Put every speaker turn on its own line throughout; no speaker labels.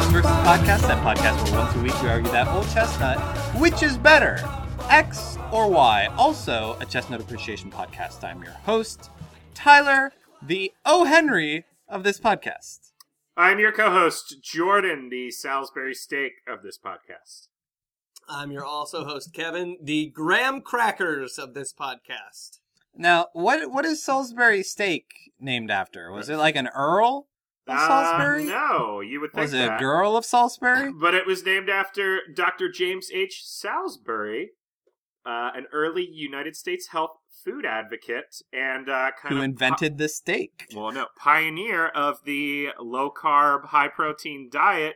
podcast, that podcast where once a week we argue that old chestnut, which is better, X or Y? Also, a chestnut appreciation podcast. I'm your host, Tyler, the O. Henry of this podcast.
I'm your co-host Jordan, the Salisbury steak of this podcast.
I'm your also host, Kevin, the Graham Crackers of this podcast.
Now, what what is Salisbury steak named after? Was it like an Earl of Salisbury?
Uh, no, you would think
Was it a
that.
girl of Salisbury?
But it was named after Dr. James H. Salisbury, uh, an early United States health food advocate and uh, kind
Who
of
invented the steak?
well, no, pioneer of the low carb, high protein diet.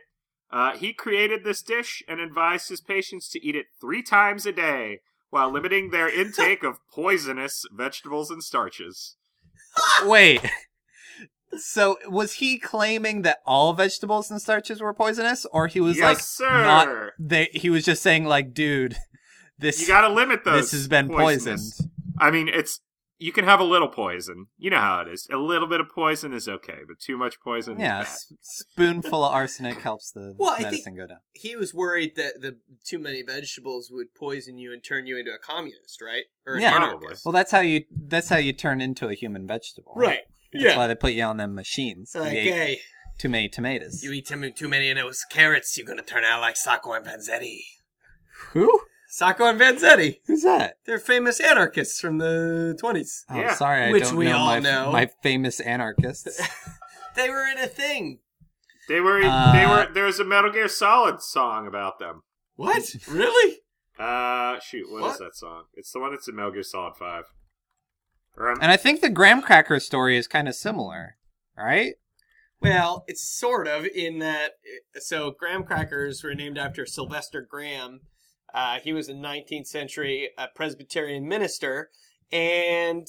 Uh, he created this dish and advised his patients to eat it three times a day while limiting their intake of poisonous vegetables and starches.
Wait. So was he claiming that all vegetables and starches were poisonous, or he was
yes,
like
sir.
not- they, he was just saying like, dude,
you
this
got to limit those.
this has been
poisonous.
poisoned.
I mean, it's you can have a little poison. You know how it is. A little bit of poison is okay, but too much poison
Yeah,
is bad.
s- spoonful of arsenic helps the
Well, I think-
medicine go down.
He was worried that the too many vegetables would poison you and turn you into a communist, right? Or an
Yeah.
anarchist.
Well, that's how you that's how you turn into a human vegetable.
Right.
That's why they put you on them machines.
It's like,
You ate
hey,
too many tomatoes.
you eat too many- too many of those carrots, you're gonna turn out like Sacco and Vanzetti.
Who?
Sacco and Vanzetti.
Who's that?
They're famous anarchists from the 20s.
Oh,
Yeah.
sorry, I
Which
don't
we
know,
all
my,
know.
my famous anarchists.
They were in a thing.
They were.
Uh,
they were. There was a Metal Gear Solid song about them.
What? really?
Uh, shoot, what
What?
is that song? It's the one that's in Metal Gear Solid Five. Or I'm-
and I think the graham cracker story is kind of similar, right?
Well, it's sort of in that. So graham crackers were named after Sylvester Graham. Uh, he was a 19th century uh, Presbyterian minister, and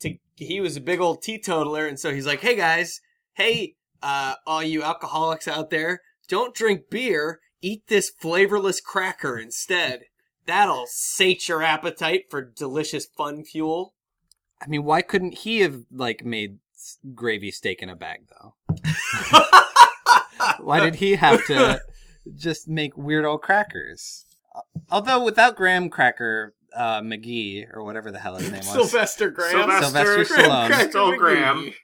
to, he was a big old teetotaler. And so he's like, "Hey guys, hey, uh, all you alcoholics out there, don't drink beer. Eat this flavorless cracker instead. That'll sate your appetite for delicious fun fuel."
I mean, why couldn't he have like made s- gravy steak in a bag though? Why
Uh,
did he have to just make weird old crackers? Although without graham cracker uh, McGee or whatever the hell his name was,
Sylvester Graham?
Sylvester,
Sylvester Stallone.
Graham, Stallone Graham.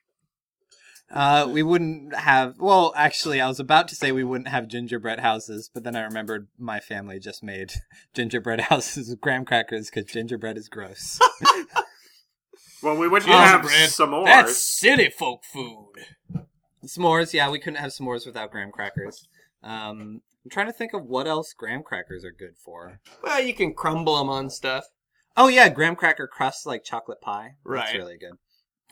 Uh, we wouldn't have. Well, actually, I was about to say we wouldn't have gingerbread houses, but then I remembered my family just made gingerbread houses with graham crackers because gingerbread is gross.
Well, we
Um,
wouldn't
Gingerbread.
have s'mores.
That's city folk food.
s'mores, yeah, we couldn't have s'mores without graham crackers. Um, I'm trying to think of what else graham crackers are good for.
Well, you can crumble them on stuff.
Oh yeah, graham cracker crust like chocolate pie. That's
Right.
really good.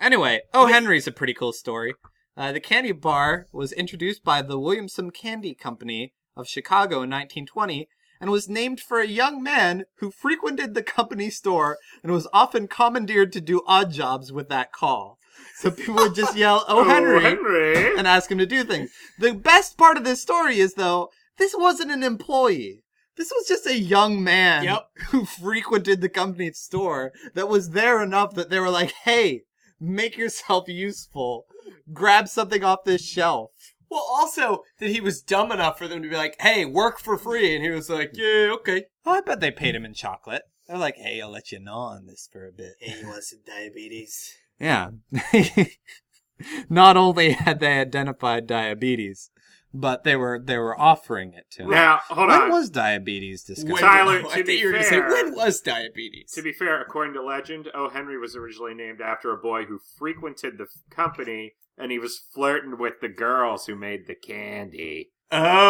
Anyway, Oh Henry's a pretty cool story. Uh, the candy bar was introduced by the Williamson Candy Company of Chicago in 1920 and was named for a young man who frequented the company store and was often commandeered to do odd jobs with that call. So people would just yell, Oh
Oh,
Henry!
Henry.
and ask him to do things. The best part of this story is though, this wasn't an employee. This was just a young man
Yep.
who frequented the company store that was there enough that they were like, "Hey, make yourself useful. Grab something off this shelf."
Well, also that he was dumb enough for them to be like, "Hey, work for free," and he was like, "Yeah, okay."
Oh, I bet they paid him in chocolate. They're like, "Hey, I'll let you gnaw on this for a bit."
you want some diabetes?
Yeah. Not only had they identified diabetes, but they were they were offering it to him.
Now, hold
when
on.
was diabetes discovered?
Tyler,
I
to
thought
be
you were
fair-
gonna say when was diabetes?
To be fair, according to legend, O. Henry was originally named after a boy who frequented the f- company, and he was flirting with the girls who made the candy.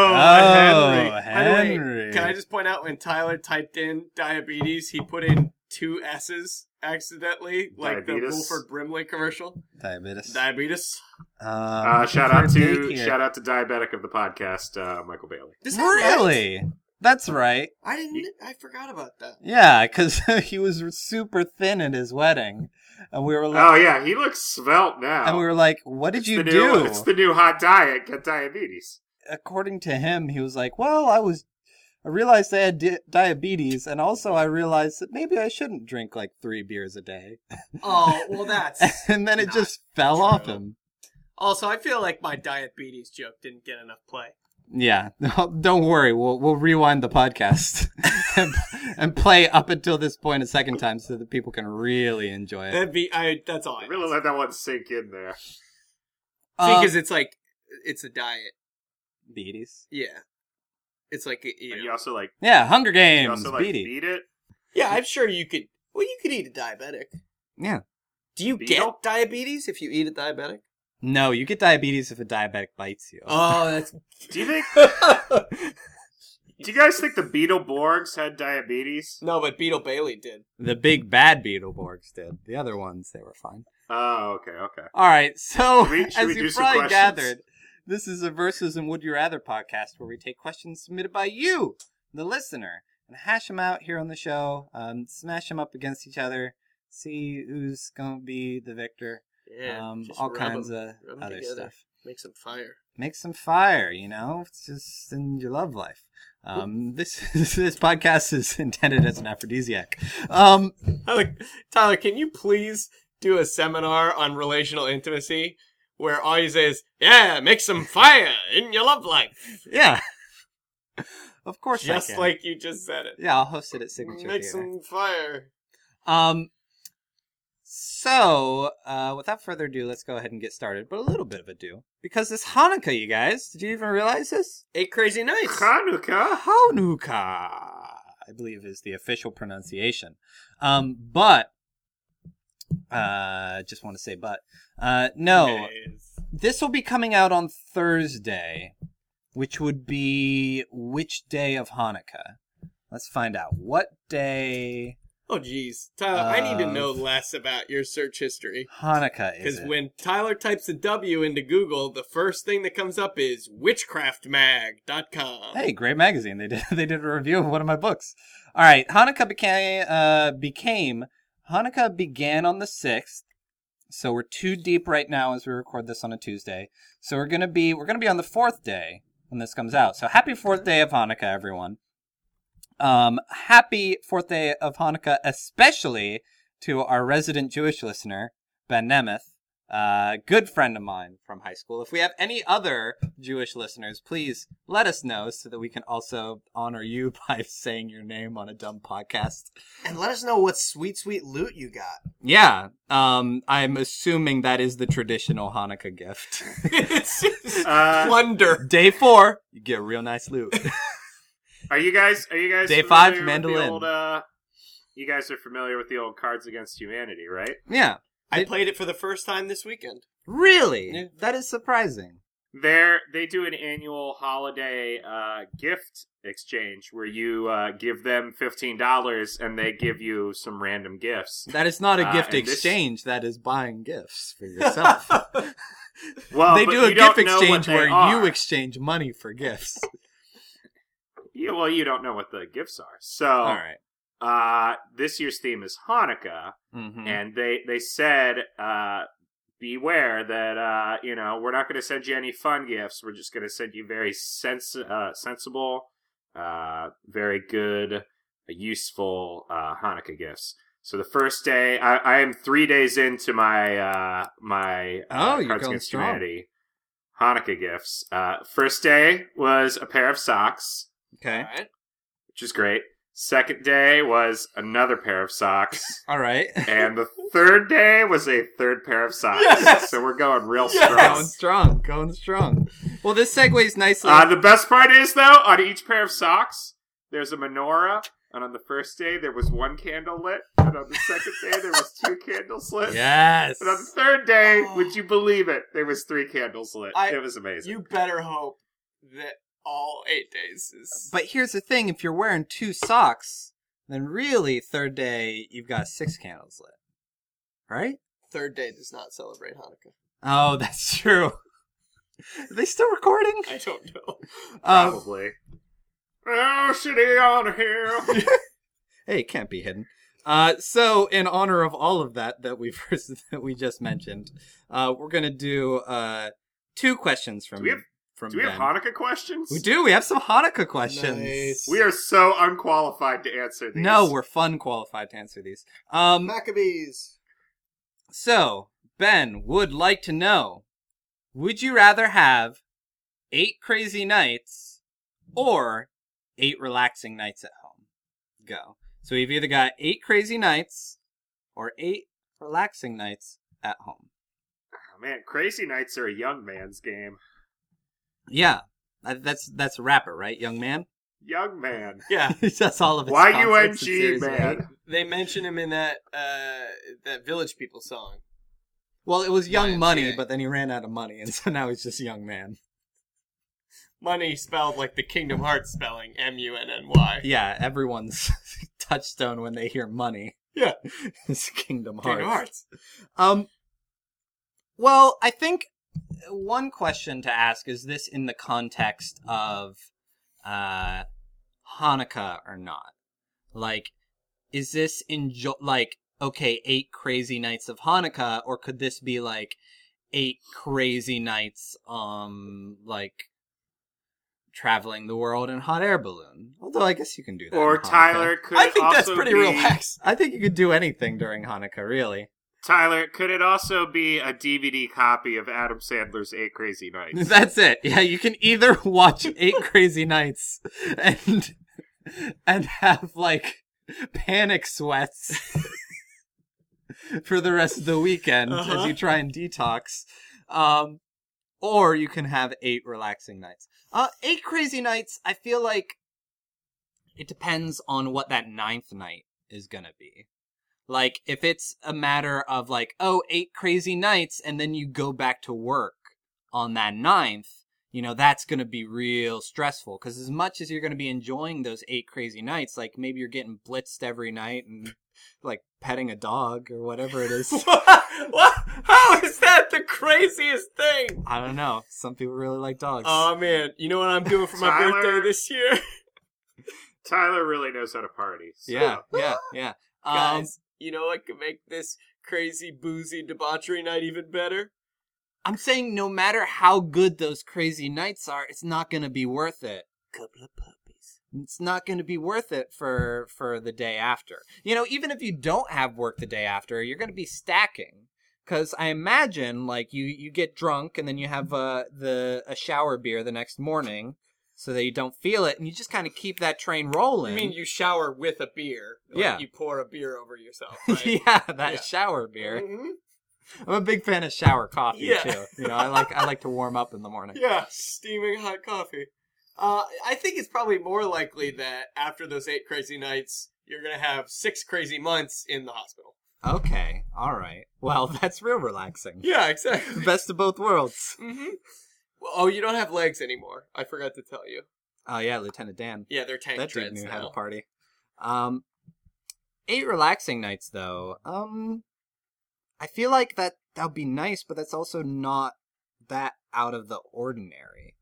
Oh, Henry.
By the way, can I just point out when Tyler typed in diabetes, he put in two S's accidentally, like
Diabetes.
the Wilford Brimley commercial.
diabetes?
Diabetes.
Um,
Uh, shout out
for
to
daycare.
shout out to diabetic of the podcast, uh, Michael Bailey.
Is that right?
really? That's right.
I didn't. I forgot about that.
Yeah, because he was super thin at his wedding, and we were like,
Oh yeah, he looks svelte now.
and we were like, "What did
It's
you
the
do?"
New, it's the new hot diet. Get diabetes.
According to him, he was like, "Well, I was." I realized I had di- diabetes, and also I realized that maybe I shouldn't drink like three beers a day.
Oh well, that's
and then it
Not
just fell off
true.
him.
also. I feel like my diabetes joke didn't get enough play.
Yeah, don't worry. We'll we'll rewind the podcast and, and play up until this point a second time so that people can really enjoy it.
That'd be I. That's all. I
Really let that one sink in there.
Uh,
because it's like it's a diet.
Beaties.
Yeah, it's like you
And
know.
you also like
Yeah, Hunger
you
Games.
also like
Beatty.
beat it.
Yeah, I'm sure you could. Well, you could eat a diabetic.
Yeah.
Do you
Beetle?
get diabetes if you eat a diabetic?
No, you get diabetes if a diabetic bites you.
Oh, that's.
Do you think? Do you guys think the Beetleborgs had diabetes?
no, but Beetle Bailey did.
The big bad Beetleborgs did. The other ones, they were fine.
Oh, okay, okay.
All right, so
Should we- should we
as
do
you
some
probably
questions?
gathered, this is a Versus and Would You Rather podcast where we take questions submitted by you, the listener, and hash them out here on the show, um, smash them up against each other, see who's going to be the victor, um, all kinds of
rub 'em
other
together.
stuff.
Make some fire.
make some fire, you know? It's just in your love life. Um, this this podcast is intended as an aphrodisiac. Um,
Tyler, Tyler, Uh, can you please do a seminar on relational intimacy where all you say is, "Yeah, make some fire in your love life,"
yeah, of course, I
just
can.
like you just said it.
yeah, I'll host it at Signature
make
Theater.
some fire.
Um, so uh, without further ado, let's go ahead and get started. But a little bit of a do because it's Hanukkah, you guys. Did you even realize this?
Eight crazy nights.
Hanukkah.
Hanukkah, I believe, is the official pronunciation. Um, but uh, just want to say, but uh, no,
Days.
this will be coming out on Thursday, which would be which day of Hanukkah? Let's find out what day
Oh, geez, Tyler, I need to
Uh,
know less about your search history.
Hanukkah is.
Because
It.
when Tyler types a W into Google, the first thing that comes up is witchcraftmag.com.
Hey, great magazine. They did they did a review of one of my books. All right, Hanukkah became uh became Hanukkah began on the 6th. So we're too deep right now as we record this on a Tuesday. So we're going to be we're going to be on the 4th day when this comes out. So happy 4th day of Hanukkah everyone. Um happy 4th day of Hanukkah especially to our resident Jewish listener, Ben Nemeth uh, good friend of mine from high school. If we have any other Jewish listeners, please let us know so that we can also honor you by saying your name on a dumb podcast.
And let us know what sweet, sweet loot you got.
Yeah, um, I'm assuming that is the traditional Hanukkah gift.
it's just
Uh,
plunder.
Day four, you get real nice loot.
are you guys? Are you guys
Day five,
familiar with the
mandolin.
old, uh, you guys are familiar with the old Cards Against Humanity, right?
yeah,
I played it for the first time this weekend.
really,
Yeah.
that is surprising.
There, they do an annual holiday uh, gift exchange where you uh, give them fifteen dollars and they give you some random gifts.
That is not a
Uh,
gift
and this-
exchange. That is buying gifts for yourself.
Well,
they
Oh, but
do a
you
gift
don't know what
exchange
they
where
are.
you exchange money for gifts.
Yeah, well, you don't know what the gifts are. So,
All right.
uh, this year's theme is Hanukkah,
Mhm.
and they they said, uh, beware that uh, you know we're not going to send you any fun gifts. We're just going to send you very sens- uh, sensible, uh, very good, uh, useful uh, Hanukkah gifts. So the first day, I, I am three days into my uh, my
Oh,
uh,
you're
Cards
going
Against
strong.
Humanity Hanukkah gifts. Uh, first day was a pair of socks
Okay.
Alright.
which is great. Second day was another pair of socks,
All right.
and the third day was a third pair of socks.
Yes!
So we're going real
Going
Yes!
strong, going strong. Well, this segues nicely.
strong. Uh, the best part is though, on each pair of socks, there's a menorah, and on the first day there was one candle lit, and on the second day there was two candles lit.
yes.
And on the third day, would you believe it? There was three candles lit.
Oh. I-
it was amazing.
You better hope that all eight days is.
Uh,
But here's the thing: if you're wearing two socks, then really third day you've got six candles lit, right?
third day does not celebrate Hanukkah.
Oh, that's true. Are they still recording?
I don't know. uh,
Um,
Probably. oh, city on a hill.
hey, it can't be hidden. Uh, so, in honor of all of that that we first that we just mentioned, uh, we're gonna do uh, two questions from
Do we have-
from
Do we have
Ben.
Hanukkah questions?
We do. We have some Hanukkah questions.
Nice.
We are so unqualified to answer these.
No, we're fun qualified to answer these. Um,
Maccabees.
so Ben would like to know: Would you rather have eight crazy nights or eight relaxing nights at home. Go. So we've either got eight crazy nights or eight relaxing nights at home.
Oh, man, Crazy Nights are a young man's game.
Yeah, that- that's that's a rapper, right, young man?
Young man.
Yeah.
that's all of his
Y U
concerts
N
and
G
series, right?
man.
They mention him in that uh that Village People song.
Well, it was Young
YMCA.
Money, but then he ran out of money, and so now he's just Young Man.
Money spelled like the Kingdom Hearts spelling, M U N N Y.
Yeah, everyone's touchstone when they hear money.
Yeah.
it's Kingdom Hearts.
Kingdom Hearts.
Um. Well, I think one question to ask is this in the context of uh, Hanukkah or not? Like, is this enjoy like okay, eight crazy nights of Hanukkah, or could this be like eight crazy nights, um, like traveling the world in hot air balloon? Although I guess you can do that.
Or
in Hanukkah.
Tyler could
I think
also
that's pretty
be,
relaxed.
I think you could do anything during Hanukkah, really.
Tyler, could it also be a DVD copy of Adam Sandler's Eight Crazy Nights?
That's it. Yeah, you can either watch Eight Crazy Nights and and have like panic sweats for the rest of the weekend as
Uh-huh.
you try and detox. Um or you can have eight relaxing nights. Uh eight crazy nights, I feel like it depends on what that ninth night is going to be. Like if it's a matter of like, oh, eight crazy nights and then you go back to work on that ninth, you know, that's going to be real stressful because as much as you're going to be enjoying those eight crazy nights, like maybe you're getting blitzed every night and like petting a dog or whatever it is.
what? What? How is that the craziest thing?
I don't know. Some people really like dogs.
Oh man, you know what I'm doing for my
Tyler.
birthday this year?
Tyler really knows how to party. so-
yeah, yeah, yeah. Um,
Guys, you know what could make this crazy boozy debauchery night even better?
I'm saying no matter how good those crazy nights are, it's not going to be worth it.
Couple of puppies.
it's not going to be worth it for for the day after. You know, even if you don't have work the day after, you're going to be stacking cuz I imagine like you you get drunk and then you have uh, the a shower beer the next morning so that you don't feel it and you just kind of keep that train rolling.
I mean, you shower with a beer. Like,
Yeah.
You pour a beer over yourself. Right?
yeah, that
Yeah.
shower beer.
Mhm.
I'm a big fan of shower coffee
Yeah.
too. You know, I like I like to warm up in the morning.
Yeah, steaming hot coffee. Uh, I think it's probably more likely that after those eight crazy nights, you're gonna have six crazy months in the hospital.
Okay. All right. Well, that's real relaxing.
Yeah, exactly.
Best of both worlds.
hmm Well, oh, you don't have legs anymore. I forgot to tell you.
Oh yeah, Lieutenant Dan.
Yeah, they're tank
that dude
treads
knew how to
now.
party. Um, eight relaxing nights though. Um, I feel like that that would be nice, but that's also not that out of the ordinary.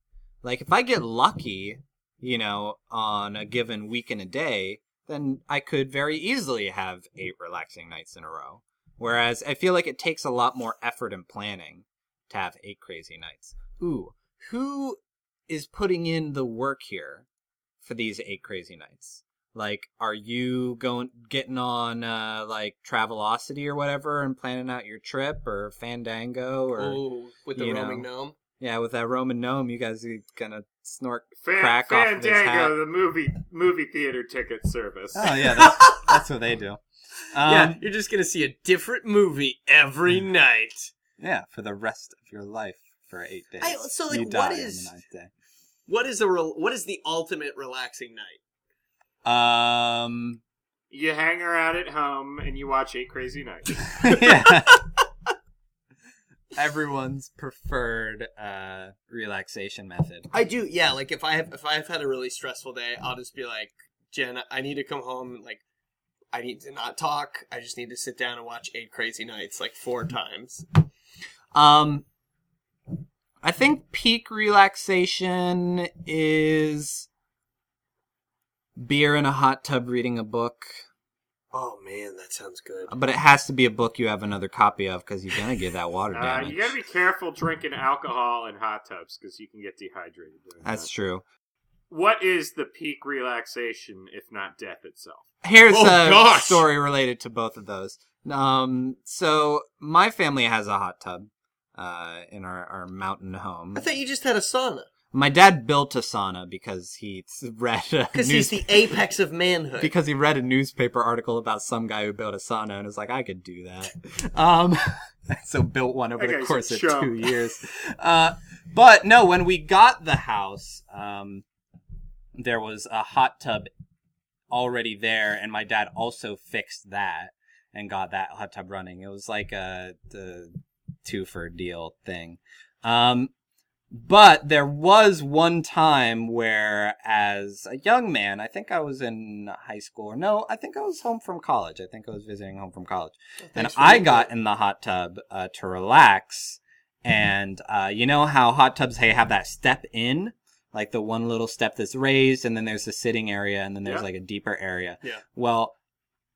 Like if I get lucky, you know, on a given week and a day, then I could very easily have eight relaxing nights in a row. Whereas I feel like it takes a lot more effort and planning to have eight crazy nights. Ooh, who is putting in the work here? for these eight crazy nights? Like, are you going getting on uh, like Travelocity or whatever and planning out your trip or Fandango or
Oh, with the
you know.
roaming gnome.
yeah, with that Roman gnome, you guys are gonna snort.
Fan-
Crack off of his hat. Ah.
Fandango, the movie movie theater ticket service.
Oh, yeah, that's, that's what they do. Um, Hmm.
yeah, you're just gonna see a different movie every night.
yeah, for the rest of your life for eight days.
I- so, like,
You
what
die on the
is-
ninth day.
What is a rel what is the ultimate relaxing night?
Um,
You hang around at home and you watch Eight Crazy Nights.
yeah. Everyone's preferred uh, relaxation method.
I do, yeah. Like if I have if I've had a really stressful day, I'll just be like, Jen, I need to come home. and, Like, I need to not talk. I just need to sit down and watch Eight Crazy Nights like four times.
Um, I think peak relaxation is beer in a hot tub reading a book,
Oh man, that sounds good.
but it has to be a book you have another copy of because you're gonna get that water
Uh,
damage.
you gotta be careful drinking alcohol in hot tubs because you can get dehydrated. Doing
That's
that.
true.
What is the peak relaxation if not death itself?
Here's
Oh,
a
gosh.
story related to both of those. Um, so my family has a hot tub, uh, in our, our mountain home.
I thought you just had a sauna.
My dad built a sauna because he s- read a
Because he's
news-
the apex of manhood.
because he read a newspaper article about some guy who built a sauna and was like, I could do that. Um, so built one over
That
the
guy's a
course of
chump.
two years. Uh, but no, when we got the house, um, there was a hot tub already there, and my dad also fixed that and got that hot tub running. It was like a the two for deal thing. Um, but there was one time where, as a young man, I think I was in high school, or no, I think I was home from college. I think I was visiting home from college. and I got in the hot tub uh, to relax. And uh, you know how hot tubs they have that step in? Like the one little step that's raised, and then there's the sitting area, and then there's
Yeah.
like a deeper area.
Yeah.
Well,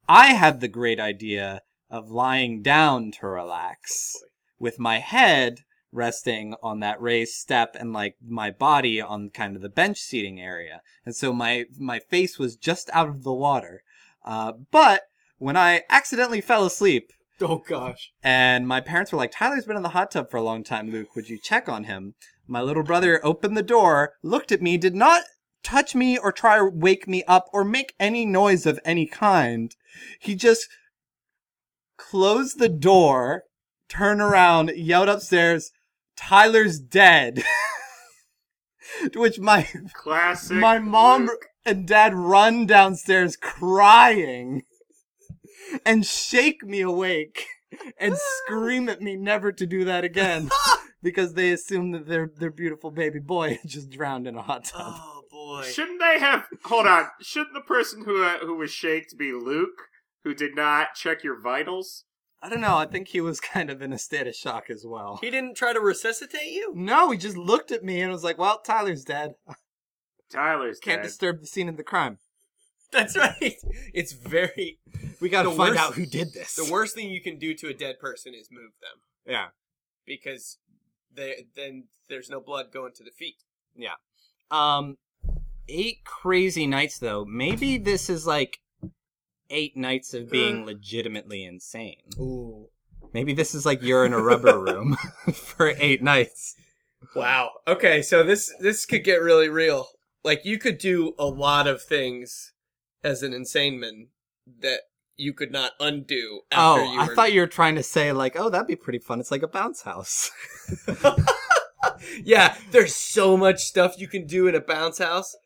I had the great idea of lying down to relax with my head resting on that raised step and like my body on kind of the bench seating area. And so my my face was just out of the water. Uh, but when I accidentally fell asleep
Oh gosh.
and my parents were like, Tyler's been in the hot tub for a long time, Luke, would you check on him? My little brother opened the door, looked at me, did not touch me or try to wake me up or make any noise of any kind. He just closed the door, turned around, yelled upstairs, Tyler's dead. to which my
Classic.
my mom
Luke.
and dad run downstairs crying and shake me awake and scream at me never to do that again because they assume that their their beautiful baby boy just drowned in a hot tub.
Oh boy.
Shouldn't they have? Hold on. Shouldn't the person who uh, who was shaked be Luke, who did not check your vitals?
I don't know. I think he was kind of in a state of shock as well.
He didn't try to resuscitate you?
No, he just looked at me and was like, "Well, Tyler's dead.
Tyler's
Can't
dead.
disturb the scene of the crime.
That's right. It's very
We got to
The
find
worst-
out who did this."
the worst thing you can do to a dead person is move them
yeah.
because they then there's no blood going to the feet.
Um, eight crazy nights though. Maybe this is like eight nights of
Uh.
being legitimately insane.
Ooh.
Maybe this is like you're in a rubber room for eight nights.
Wow. Okay, so this this could get really real. Like you could do a lot of things as an insane man that you could not undo after
oh,
you
I
were
thought you were trying to say like, oh, that'd be pretty fun. It's like a bounce house.
Yeah, there's so much stuff you can do in a bounce house.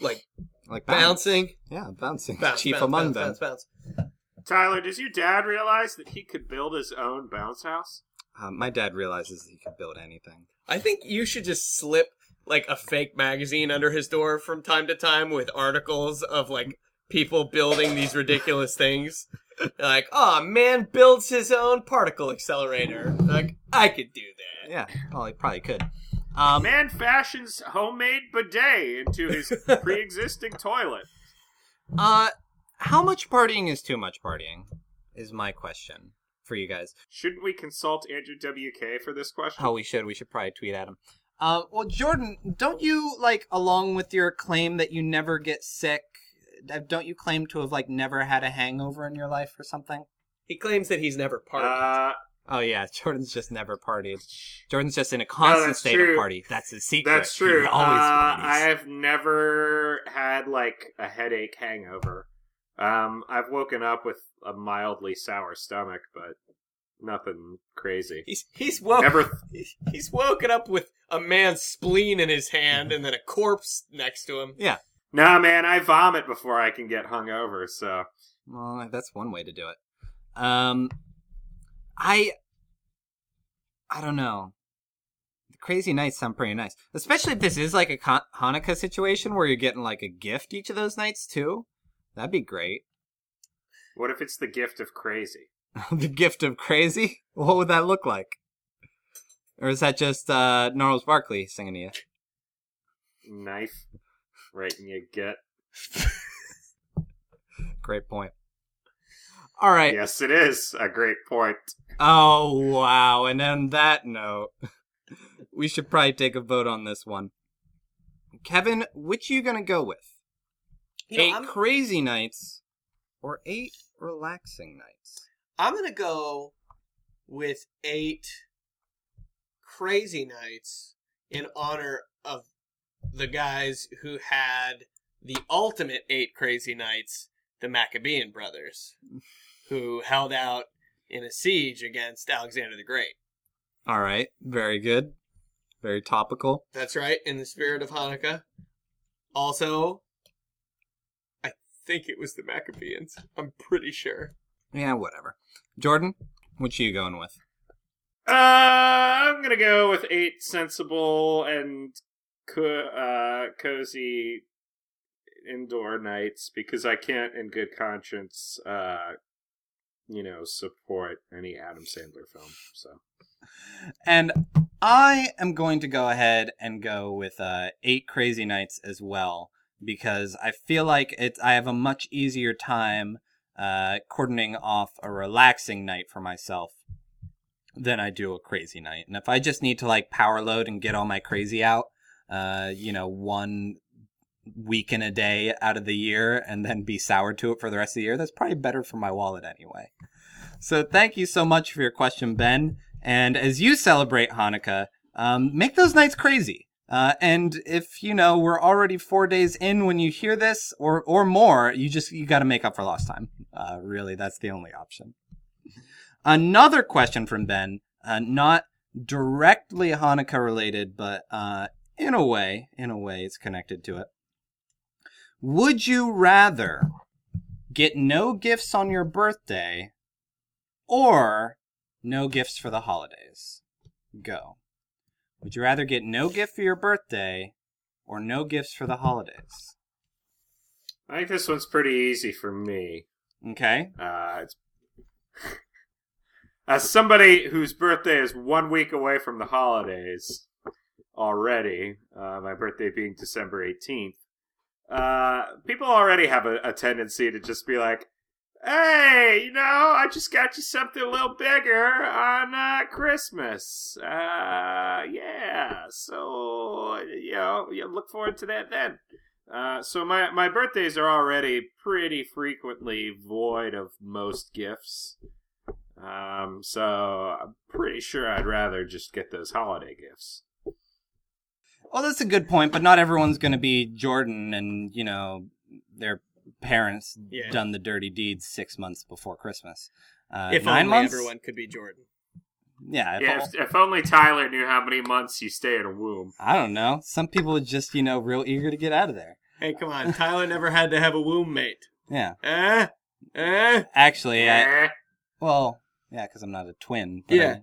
Like
Like bounce.
bouncing.
Yeah, bouncing.
Bounce,
Chief
bounce,
among
bounce,
them.
Bounce, bounce.
Tyler, does your dad realize that he could build his own bounce house?
Um, my dad realizes he could build anything.
I think you should just slip like a fake magazine under his door from time to time with articles of like people building these ridiculous things. Like, oh man builds his own particle accelerator. Like, I could do that.
Yeah, well, he probably could. Um,
Man fashions homemade bidet into his pre-existing toilet.
uh, how much partying is too much partying? Is my question for you guys.
Shouldn't we consult Andrew WK for this question?
Oh, we should. We should probably tweet at him. Uh, well, Jordan, don't you like along with your claim that you never get sick? uh, Don't you claim to have like never had a hangover in your life or something?
He claims that he's never partied.
Uh,
Oh yeah, Jordan's just never partied.
sh-
Jordan's just in a constant
that's
state
true.
of party. That's his secret.
that's true.
He
Uh,
always
I
parties.
have never had like a headache hangover. Um, I've woken up with a mildly sour stomach, but nothing crazy.
he's he's woke
Never
he's woken up with a man's spleen in his hand and then a corpse next to him.
Nah, man, I vomit before I can get hungover, so.
Well, that's one way to do it. Um, I, I don't know. The crazy nights sound pretty nice, especially if this is like a Con- Hanukkah situation where you're getting like a gift each of those nights too. That'd be great.
What if it's the gift of crazy?
the gift of crazy. What would that look like? Or is that just uh, Gnarls Barkley singing to you?
Knife right in your gut.
Great point. All right.
Yes, it is a great point.
Oh, wow. And on that note, we should probably take a vote on this one. Kevin, which you going to go with?
You know,
eight
I'm-
crazy nights or eight relaxing nights?
I'm gonna go
with eight crazy nights in honor of the guys who had the ultimate eight crazy nights, the Maccabean brothers, who held out in a siege against Alexander the Great.
All right. Very good. Very topical.
That's right, in the spirit of Hanukkah. Also, I think it was the Maccabeans. I'm pretty sure.
Yeah, whatever. Jordan, what you going with?
Uh, I'm gonna go with eight sensible and co- uh, cozy indoor nights because I can't, in good conscience, uh, you know, support any Adam Sandler film. So
And I am going to go ahead and go with uh, Eight Crazy Nights as well because I feel like it's I have a much easier time uh, cordoning off a relaxing night for myself than I do a crazy night. And if I just need to like power load and get all my crazy out, uh, you know, one week in a day out of the year and then be sour to it for the rest of the year, that's probably better for my wallet anyway. So thank you so much for your question, Ben. And as you celebrate Hanukkah, um, make those nights crazy. Uh, and if you know we're already four days in when you hear this, or or more, you just you got to make up for lost time. Uh, really, that's the only option. Another question from Ben, uh, not directly Hanukkah related, but uh, in a way, in a way, it's connected to it. Would you rather get no gifts on your birthday, or no gifts for the holidays. Go. Would you rather get no gift for your birthday or no gifts for the holidays?
I think this one's pretty easy for me.
Okay.
Uh, it's as somebody whose birthday is one week away from the holidays already, uh, my birthday being December 18th, uh, people already have a, a tendency to just be like, hey, you know, I just got you something a little bigger on uh, Christmas. Uh, yeah, so, you know, you look forward to that then. Uh, so my, my birthdays are already pretty frequently void of most gifts. Um, so I'm pretty sure I'd rather just get those holiday gifts.
Well, that's a good point, but not everyone's going to be Jordan and, you know, their parents
Yeah.
done the dirty deeds six months before Christmas. Uh,
if
nine
only
months?
everyone could be Jordan.
Yeah. if
yeah,
all-
if, if only Tyler knew how many months you stay in a womb.
I don't know. Some people are just, you know, real eager to get out of there.
Hey, come on. Tyler never had to have a womb mate.
Yeah.
Eh? Eh?
Actually, I,
Eh.
well, yeah, because I'm not a twin. but
Yeah.
I-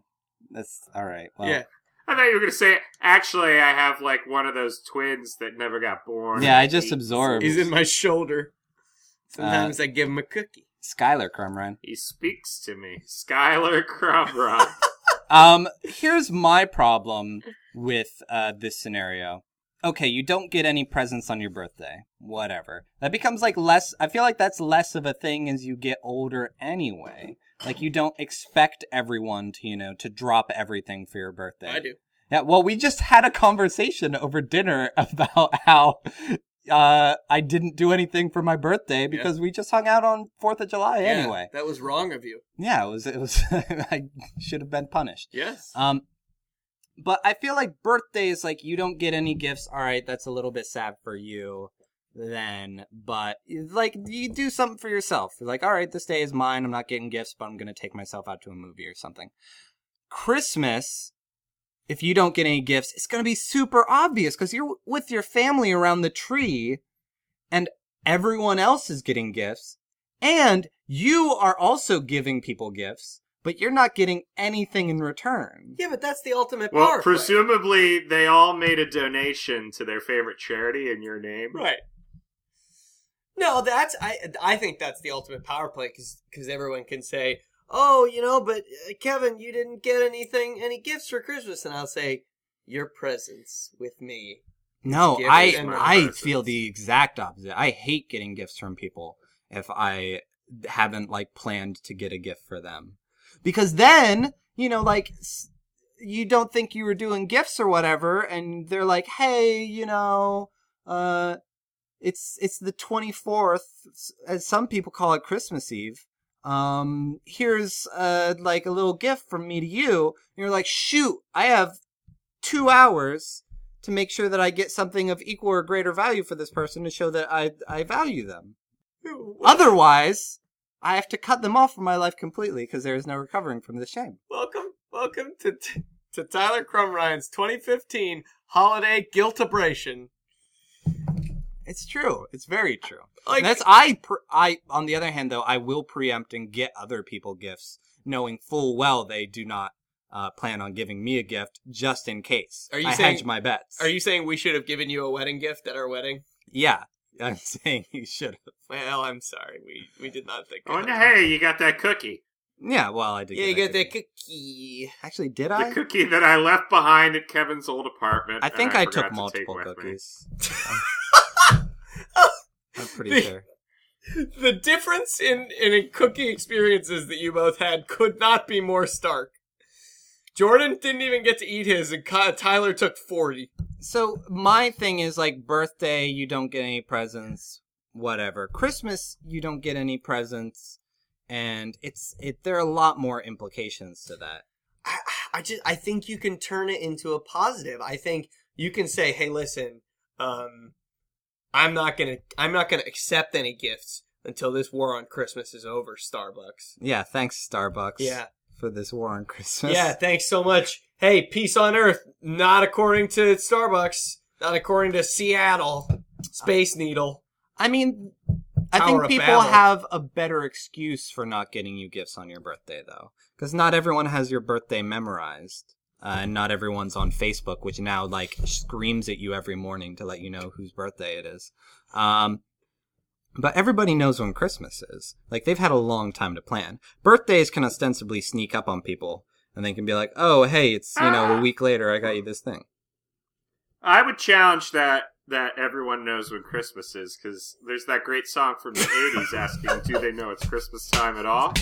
that's all right. Well,
Yeah.
I thought you were gonna say actually I have like one of those twins that never got born.
Yeah, I just
He-
absorbed
He's in my shoulder. Sometimes
Uh,
I give him a cookie.
Skylar Crumrine.
He speaks to me. Skylar Crumrod.
Um, here's my problem with uh, this scenario. Okay, you don't get any presents on your birthday. Whatever. That becomes like less. I feel like that's less of a thing as you get older, anyway. Like you don't expect everyone to, you know, to drop everything for your birthday.
I do.
Yeah, well, we just had a conversation over dinner about how uh, I didn't do anything for my birthday because we just hung out on Fourth of July
Yeah,
anyway.
That was wrong of you.
Yeah, it was. It was. I should have been punished.
Yes.
Um, but I feel like birthdays, like you don't get any gifts. All right, that's a little bit sad for you then, but like you do something for yourself. You're like, all right, this day is mine. I'm not getting gifts, but I'm gonna take myself out to a movie or something. Christmas, if you don't get any gifts, it's gonna be super obvious because you're with your family around the tree, and everyone else is getting gifts, and you are also giving people gifts. But you're not getting anything in return.
Yeah, but that's the ultimate
well,
power. play.
presumably they all made a donation to their favorite charity in your name.
right.
No, that's I. I think that's the ultimate power play because everyone can say, "Oh, you know, but uh, Kevin, you didn't get anything, any gifts for Christmas," and I'll say, "Your presence with me."
No,
givers
I
and
I
reverses.
feel the exact opposite. I hate getting gifts from people if I haven't like planned to get a gift for them. Because then, you know, like s- you don't think you were doing gifts or whatever and they're like, "Hey, you know, uh it's it's the 24th s- as some people call it Christmas Eve. Um here's uh like a little gift from me to you." And you're like, "Shoot, I have 2 hours to make sure that I get something of equal or greater value for this person to show that I I value them. Otherwise, I have to cut them off from my life completely because there is no recovering from this shame.
Welcome, welcome to to Tyler Crumrine's 2015 holiday guilt abration.
It's true. It's very true.
Like,
And that's I pre- I on the other hand though I will preempt and get other people gifts knowing full well they do not uh, plan on giving me a gift just in case.
Are you
I
saying-
hedge my bets.
are you saying we should have given you a wedding gift at our wedding?
Yeah, I'm saying you should. have.
Well, I'm sorry, we we did not think.
Oh,
of
and
it.
hey, you got that cookie.
Yeah, well I did.
Yeah, you
get
got
that
that
cookie.
cookie.
Actually, did
The
I?
cookie that I left behind at Kevin's old apartment.
I
and
think I, took
forgot to take
multiple
with me.
cookies. I'm pretty
The-
sure.
The difference in in cookie experiences that you both had could not be more stark. Jordan didn't even get to eat his, and Ky- Tyler took 40.
So my thing is like birthday, you don't get any presents, whatever. Christmas, you don't get any presents, and it's it. There are a lot more implications to that.
I, I just I think you can turn it into a positive. I think you can say, "Hey, listen, um,
I'm not gonna I'm not gonna accept any gifts until this war on Christmas is over, Starbucks.
Yeah, thanks Starbucks.
yeah,
for this war on Christmas.
Yeah, thanks so much. Hey, peace on earth. Not according to Starbucks. Not according to Seattle. Space Needle.
I mean, I
Tower
think
of
people
Babel.
have a better excuse for not getting you gifts on your birthday though, because not everyone has your birthday memorized. Uh, and not everyone's on Facebook, which now like screams at you every morning to let you know whose birthday it is. Um, but everybody knows when Christmas is. Like they've had a long time to plan. Birthdays can ostensibly sneak up on people, and they can be like, "Oh, hey, it's you know a week later. I got you this thing."
I would challenge that that everyone knows when Christmas is because there's that great song from the '80s asking, "Do they know it's Christmas time at all?"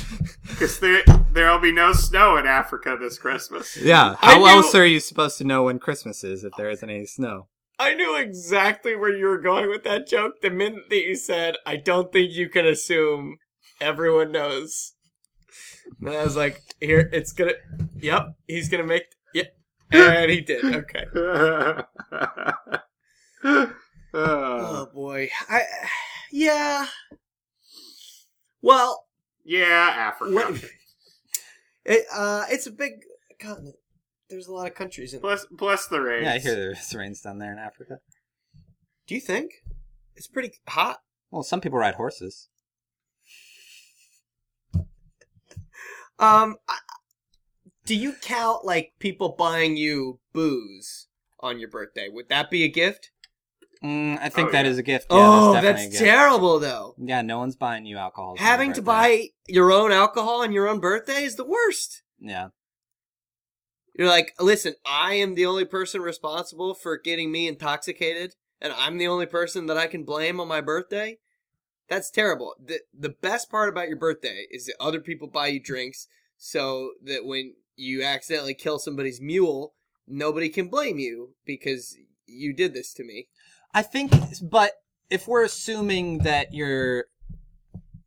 Because there there'll be no snow in Africa this Christmas.
Yeah.
I
How
knew-
else are you supposed to know when Christmas is if there isn't any snow?
I knew exactly where you were going with that joke the minute that you said, I don't think you can assume everyone knows. And I was like, here, it's gonna, yep, he's gonna make, yep. And he did, okay.
Uh,
oh boy, I, yeah." Well,
yeah, Africa.
What- it, uh, it's a big continent. There's a lot of countries in it.
Bless bless the rains.
Yeah, I hear there's rains down there in Africa.
Do you think it's pretty hot?
Well, some people ride horses.
Um, I, do you count like people buying you booze on your birthday? Would that be a gift?
Mm, I think
Oh,
that
yeah.
is a gift. Yeah,
oh,
that's,
that's
definitely a gift.
terrible, though.
Yeah, no one's buying you alcohol. for your
Having to
birthday.
buy your own alcohol on your own birthday is the worst.
Yeah,
You're like, listen, I am the only person responsible for getting me intoxicated, and I'm the only person that I can blame on my birthday. That's terrible. The the best part about your birthday is that other people buy you drinks so that when you accidentally kill somebody's mule, nobody can blame you because you did this to me.
I think, but if we're assuming that you're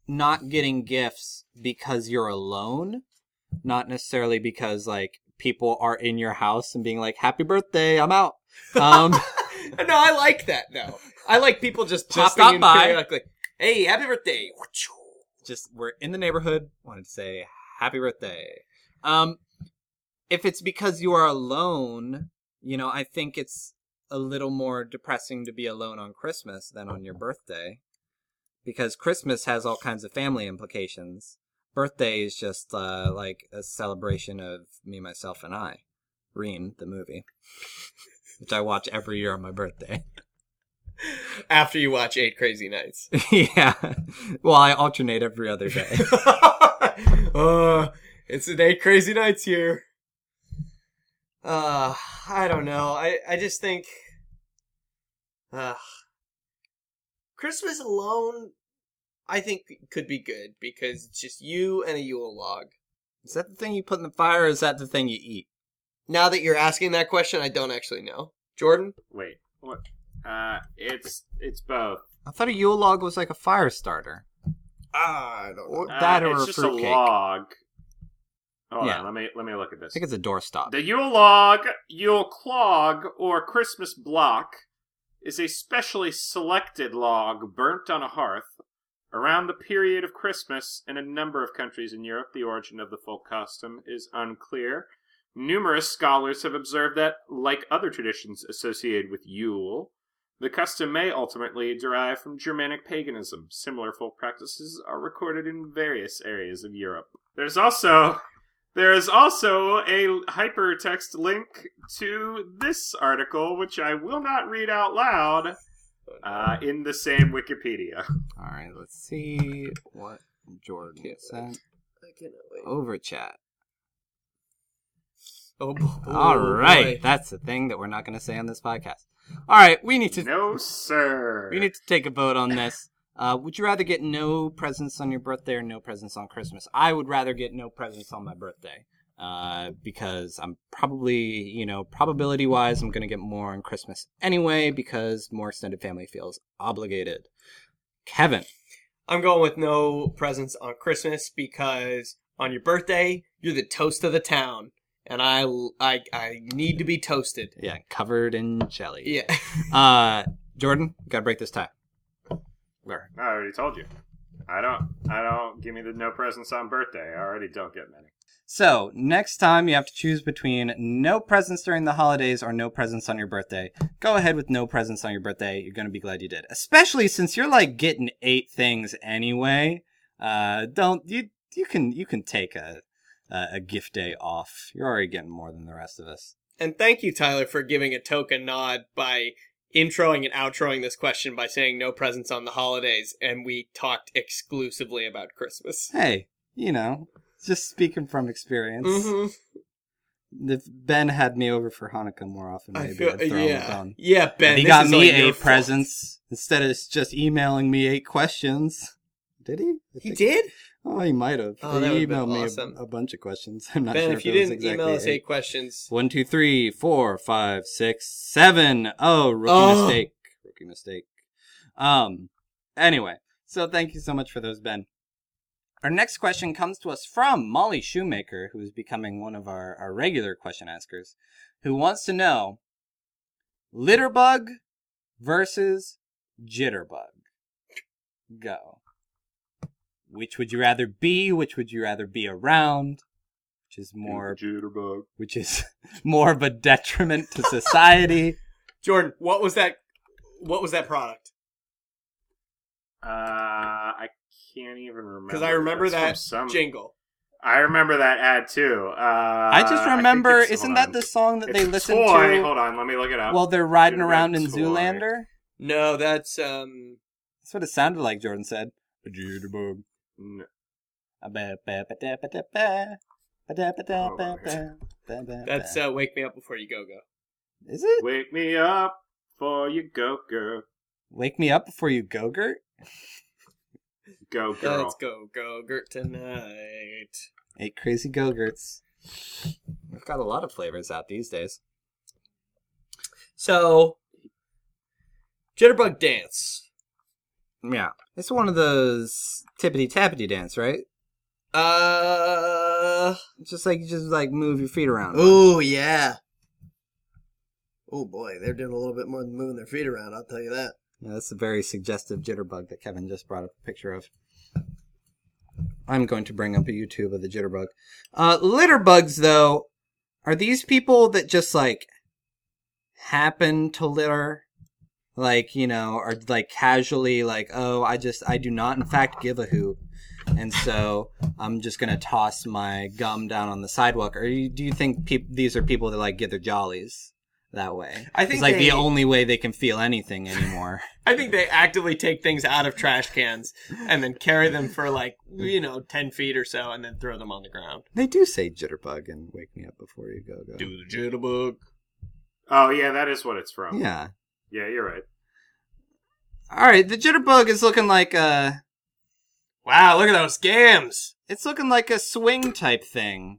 not getting gifts because you're alone, not necessarily because like people are in your house and being like, "Happy birthday, I'm out." Um,
no, I like that though. I like people just
Just
popping
stop
in
by.
periodically. Hey, happy birthday!
just we're in the neighborhood wanted to say happy birthday um if it's because you are alone you know i think it's a little more depressing to be alone on christmas than on your birthday because christmas has all kinds of family implications birthday is just uh like a celebration of me myself and i reen the movie which i watch every year on my birthday
After you watch Eight Crazy Nights.
yeah well i alternate every other day
uh, it's an Eight Crazy Nights year.
Uh, I don't know. I, I just think, uh, Christmas alone, I think could be good because it's just you and a Yule log.
Is that the thing you put in the fire or is that the thing you eat?
Now that you're asking that question, I don't actually know. Jordan,
Wait, what? Uh, it's it's both.
I thought a Yule log was like a fire starter.
ah, I don't
Or
Uh,
that or
it's
a
just a
fruitcake.
log. Hold
Yeah.
on, let me let me look at this.
I think it's a doorstop.
The Yule log, Yule clog, or Christmas block is a specially selected log burnt on a hearth around the period of Christmas in a number of countries in Europe. The origin of the folk custom is unclear. Numerous scholars have observed that, like other traditions associated with Yule, the custom may ultimately derive from Germanic paganism. Similar folk practices are recorded in various areas of Europe. There's also there is also a hypertext link to this article, which I will not read out loud, uh, in the same Wikipedia.
All right, let's see what Jordan sent
I cannot wait.
over chat.
Oh, boy.
All right, that's the thing that we're not going to say on this podcast. All right, we need to
No, sir.
we need to take a vote on this. Uh, would you rather get no presents on your birthday or no presents on Christmas? I would rather get no presents on my birthday uh, because I'm probably, you know, probability wise, I'm going to get more on Christmas anyway because more extended family feels obligated. Kevin,
I'm going with no presents on Christmas because on your birthday you're the toast of the town, and I I I need to be toasted.
yeah, covered in jelly.
Yeah.
Uh, Jordan, got to break this tie. Or
I already told you. I don't. I don't. Give me the no presents on birthday. I already don't get many.
So, next time you have to choose between no presents during the holidays or no presents on your birthday. Go ahead with no presents on your birthday. You're going to be glad you did. Especially since you're like getting eight things anyway. Uh don't you you can you can take a a, a gift day off. You're already getting more than the rest of us.
And thank you, Tyler, for giving a token nod by introing and outroing this question by saying no presents on the holidays, and we talked exclusively about Christmas.
Hey, you know, just speaking from experience.
Mhm.
If Ben had me over for Hanukkah more often,
I
maybe
feel-
I'd throw him a
yeah,
bone.
yeah, Ben.
he
this
got
is all
me
your
eight
fault.
presents instead of just emailing me eight questions. Did he? I
He
think-
did,
Oh, he might have.
Oh, that
he
would've been
emailed me a-
awesome.
a, bunch of questions. I'm not
Ben.
sure
if you
it was
didn't
exactly
email us eight questions,
One, two, three, four, five, six, seven. Oh, rookie
Oh.
mistake. Rookie mistake. Um. Anyway, so thank you so much for those, Ben. Our next question comes to us from Molly Shoemaker, who is becoming one of our, our regular question askers, who wants to know Litterbug versus Jitterbug. Go. Which would you rather be? Which would you rather be around? Which is more
jitterbug.
which is more of a detriment to society.
Jordan, what was that? What was that product?
Uh, I can't even remember
'Cause I remember
It's from
that
some-
Jingle.
I remember that ad too. Uh,
I just remember,
is
isn't that the song that they listen
toy.
to
Hold on, let me look it up.
while they're riding
Jitterbug
around in
toy.
Zoolander?
No, that's um.
That's what it sounded like. Jordan said, "A jitterbug."
N-
A ba- ba- ba- da- ba- da- ba. Ba- da- ba- da- ba- ba. Ba- ba-
That's
ba.
uh, "Wake Me Up Before You Go Go."
is it?
Wake me up for you, go girl,
Wake me up before you go, Gert.
go girl.
Let's go, go, Gert tonight.
Eight crazy go-gurts. We've got a lot of flavors out these days.
So, Jitterbug Dance.
Yeah, it's one of those tippity tappity dance, right?
Uh.
Just like you just like move your feet around.
Oh yeah. Oh boy, they're doing a little bit more than moving their feet around. I'll tell you that.
Yeah, that's a very suggestive jitterbug that Kevin just brought up a picture of. I'm going to bring up a YouTube of the jitterbug. Uh, litterbugs, though, are these people that just like happen to litter? Like, you know, are like casually like, oh, I just, I do not, in fact, give a hoot. And so I'm just going to toss my gum down on the sidewalk. Or you, do you think peop these are people that like get their jollies that way?
I think
it's like the
they-
only way they can feel anything anymore.
I think they actively take things out of trash cans and then carry them for like, you know, 10 feet or so and then throw them on the ground.
They do say jitterbug and wake me up before you go go.
Do the jitterbug.
Oh yeah, that is what it's from.
Yeah.
Yeah, you're right.
All right, the jitterbug is looking like a
Wow, look at those scams.
it's looking like a swing type thing.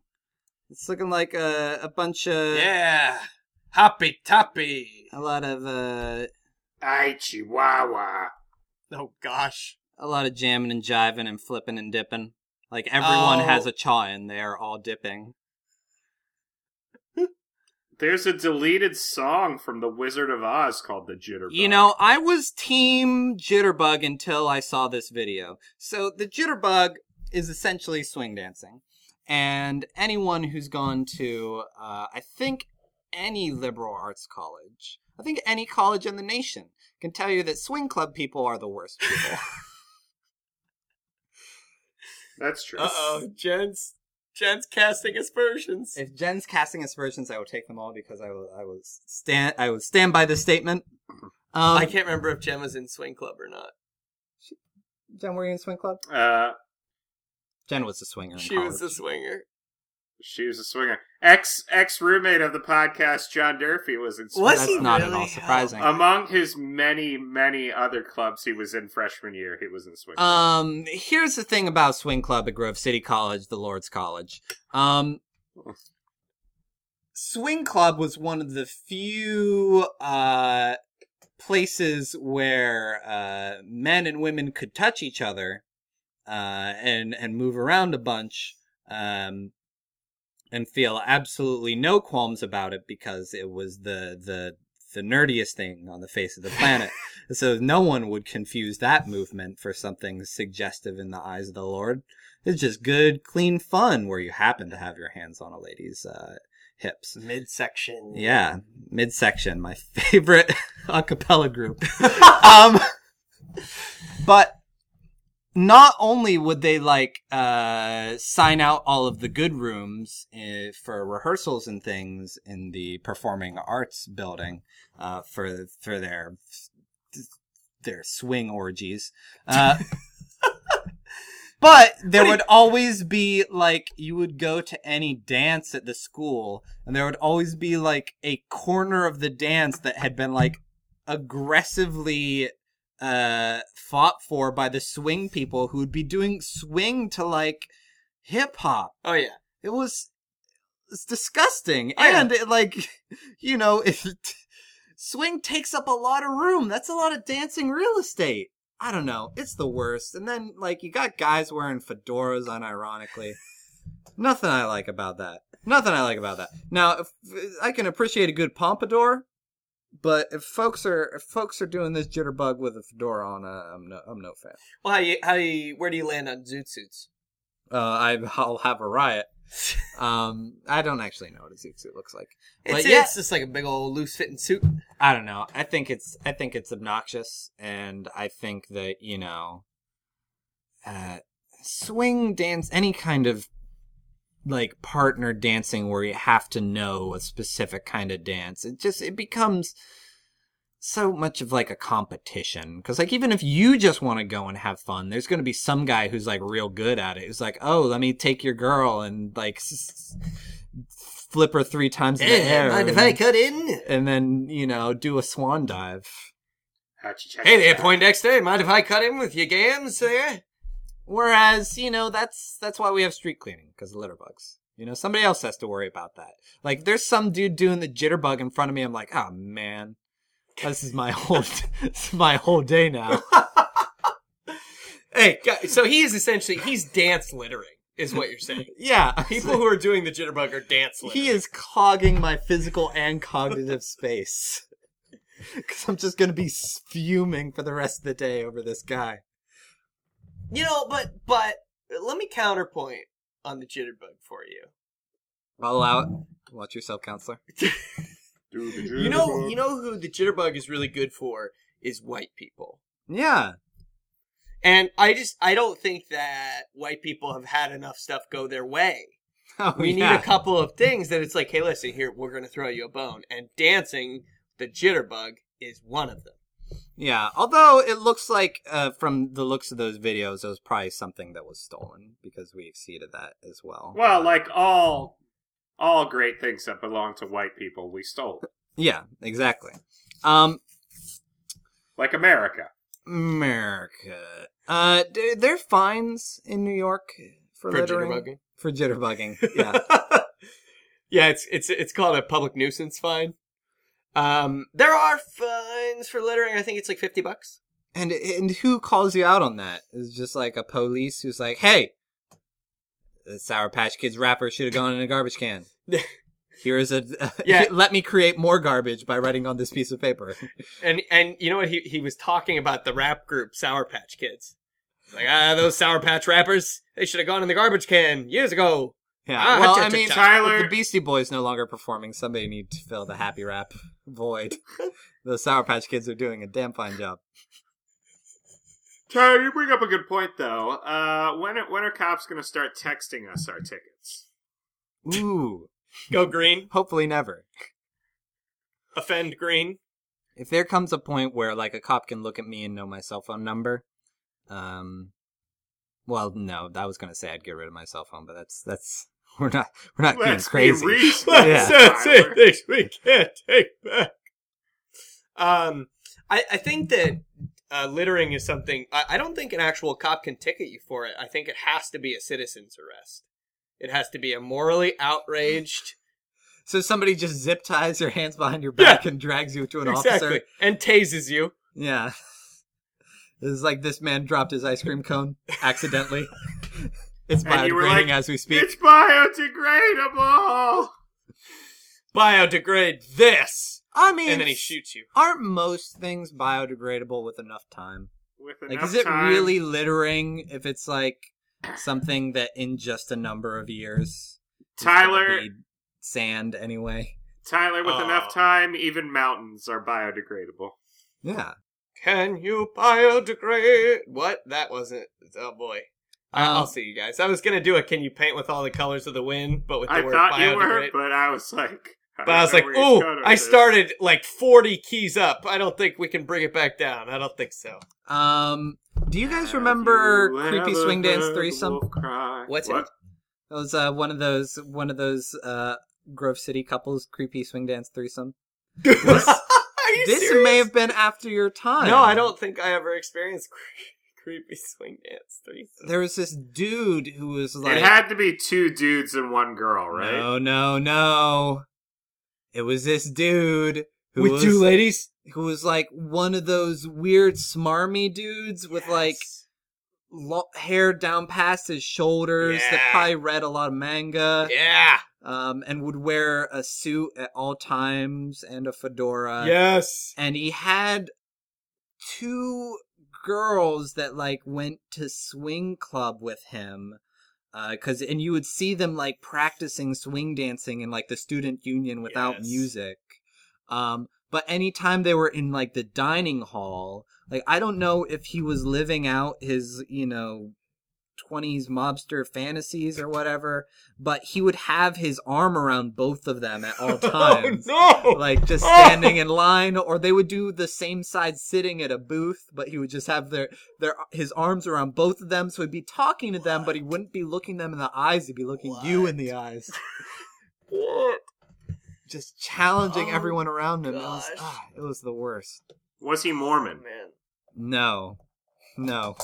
It's looking like a a bunch of
Yeah. Hoppy toppy.
a lot of uh
Ay Chihuahua.
Oh, gosh.
a lot of jamming and jiving and flipping and dipping. Like everyone
Oh.
has a chaw in there, all dipping.
There's a deleted song from The Wizard of Oz called The Jitterbug.
You know, I was team jitterbug until I saw this video. So the jitterbug is essentially swing dancing. And anyone who's gone to, uh, I think, any liberal arts college, I think any college in the nation can tell you that swing club people are the worst people.
that's true.
Uh oh, Jen's Jen's casting aspersions.
if Jen's casting aspersions, I will take them all because I will, I will stand, I will stand by this statement. Um,
I can't remember if Jen was in swing club or not.
Jen, were you in swing club?
Uh,
Jen was a swinger. in
She was
college.
a swinger.
she was a swinger. Ex ex roommate of the podcast, John Durfee, was in. swing
Was
That's
he
not at
really?
all surprising.
Um,
Among his many, many other clubs he was in freshman year, he was in swing.
Um, here's the thing about swing club at Grove City College, the Lord's College. Um, swing club was one of the few uh places where uh men and women could touch each other uh and and move around a bunch um and feel absolutely no qualms about it because it was the the the nerdiest thing on the face of the planet so no one would confuse that movement for something suggestive in the eyes of the Lord. It's just good, clean fun where you happen to have your hands on a lady's uh, hips.
midsection.
Yeah, midsection, my favorite a cappella group. um, but not only would they like uh, sign out all of the good rooms uh, for rehearsals and things in the performing arts building uh, for for their their swing orgies. Uh, But there would always be like you would go to any dance at the school, and there would always be like a corner of the dance that had been like aggressively uh fought for by the swing people who would be doing swing to like hip hop.
Oh yeah.
It was it's disgusting,
Oh, yeah.
and it like you know if swing takes up a lot of room, that's a lot of dancing real estate. I don't know. It's the worst. And then, like, you got guys wearing fedoras unironically. Nothing I like about that. Nothing I like about that. Now, if, I can appreciate a good pompadour, but if folks are if folks are doing this jitterbug with a fedora on, uh, I'm no I'm no fan.
Well, how you, how you, where do you land on zoot suits?
Uh, I, I'll have a riot. Um, I don't actually know what a zoot suit looks like.
It's,
But yeah.
it's just like a big old loose fitting suit.
I don't know. I think it's I think it's obnoxious, and I think that you know, uh, swing dance, any kind of like partner dancing where you have to know a specific kind of dance, it just it becomes so much of like a competition because like even if you just want to go and have fun there's going to be some guy who's like real good at it who's like oh let me take your girl and like s- s- flip her three times in the air
Mind if I cut in?
and then you know do a swan dive.
Hey there, Poindexter. Mind if I cut in with your gams there?
Whereas you know that's that's why we have street cleaning because of litter bugs. You know somebody else has to worry about that. Like there's some dude doing the jitterbug in front of me. I'm like, oh man, this is my whole this is my whole day now.
Hey, guy- so he is essentially he's dance littering, is what you're saying.
Yeah,
People who are doing the jitterbug are dance littering.
he is clogging my physical and cognitive space. Because I'm just gonna be fuming for the rest of the day over this guy.
you know, but but let me counterpoint on the jitterbug for you.
I'll allow it. Watch yourself, counselor.
You know, you know who the jitterbug is really good for is white people.
Yeah,
And I just I don't think that white people have had enough stuff go their way.
oh,
We
yeah.
need a couple of things that it's like, hey, listen, here we're gonna throw you a bone, and dancing the jitterbug is one of them.
Yeah, although it looks like uh, from the looks of those videos, it was probably something that was stolen because we exceeded that as well.
Well, like all all great things that belong to white people, we stole.
yeah, exactly. Um,
Like America.
America, uh, there- there are fines in New York for,
For
littering-
jitterbugging.
for jitterbugging. Yeah,
yeah, it's it's it's called a public nuisance fine. Um, there are fines for littering. I think it's like fifty bucks.
and and who calls you out on that? It's just like a police who's like, "Hey, the Sour Patch Kids wrapper should have gone in a garbage can. Here is a
Yeah.
let me create more garbage by writing on this piece of paper.
And and you know what? He he was talking about the rap group Sour Patch Kids. Like ah, those Sour Patch rappers, they should have gone in the garbage can years ago.
Yeah.
Ah,
well,
cha-
I
cha-
mean,
cha.
with the
Tyler,
Beastie Boys no longer performing. Somebody need to fill the happy rap void. Those Sour Patch Kids are doing a damn fine job.
Tyler, you bring up a good point though. Uh, when when are cops going to start texting us our tickets?
Ooh.
Go green,
Hopefully never.
offend green.
If there comes a point where like a cop can look at me and know my cell phone number, um, well, no, I was gonna say I'd get rid of my cell phone, but that's that's we're not we're not
Let's
being crazy.
be reasonable.
Yeah.
That's
Tyler.
it. Things we can't take back.
Um, I, I think that uh, littering is something. I, I don't think an actual cop can ticket you for it. I think it has to be a citizen's arrest. It has to be a morally outraged
So somebody just zip ties your hands behind your back and drags you to an officer.
and tases you.
Yeah. It's like this man dropped his ice cream cone accidentally. it's
And you were
biodegrading
like,
as we speak.
It's biodegradable.
Biodegrade this,
I mean,
and then he shoots you.
aren't most things biodegradable with enough time?
With
Like,
enough
is it
time-
really littering if it's like something that in just a number of years, is gonna
Tyler?
be sand anyway?
Tyler, with
Oh.
enough time, even mountains are biodegradable.
Yeah.
Can you biodegrade? What? That wasn't. Oh boy. I-
Um,
I'll see you guys. I was gonna do a can you paint with all the colors of the wind, but with the
I
word
thought you were,
biodegrade.
but I was like,
but I was
don't
like,
know where he's going
oh,
with
I
this."
started like 40 keys up. I don't think we can bring it back down. I don't think so.
Um, do you guys
Have
remember
you
Creepy
ever
Swing Dance
heard the
threesome?
wolf cry?
What's
What?
it?
That was uh, one of those one of those uh, Grove City couples creepy swing dance threesome.
Are you
this
serious?
may have been after your time.
No, I don't think I ever experienced cre- creepy swing dance three.
There was this dude who was like,
It had to be two dudes and one girl, right?
no, no, no. It was this dude who was
ladies
who was like one of those weird smarmy dudes with like lo- hair down past his shoulders that
Yeah.
probably read a lot of manga.
Yeah.
um, and would wear a suit at all times and a fedora.
yes.
And he had two girls that like went to swing club with him. Uh, cause, and you would see them like practicing swing dancing in like the student union without
Yes.
music. Um, but anytime they were in like the dining hall, like I don't know if he was living out his, you know, 20s mobster fantasies or whatever, but he would have his arm around both of them at
Oh,
all times.
no.
Like just standing in line, or they would do the same side sitting at a booth, but he would just have their their his arms around both of them, so he'd be talking to them, but he wouldn't be looking them in the eyes. He'd be looking you in the eyes,
What?
just challenging
Oh,
everyone around him. It was,
gosh.
ah, it was the worst.
Was he Mormon?
Man.
No, no.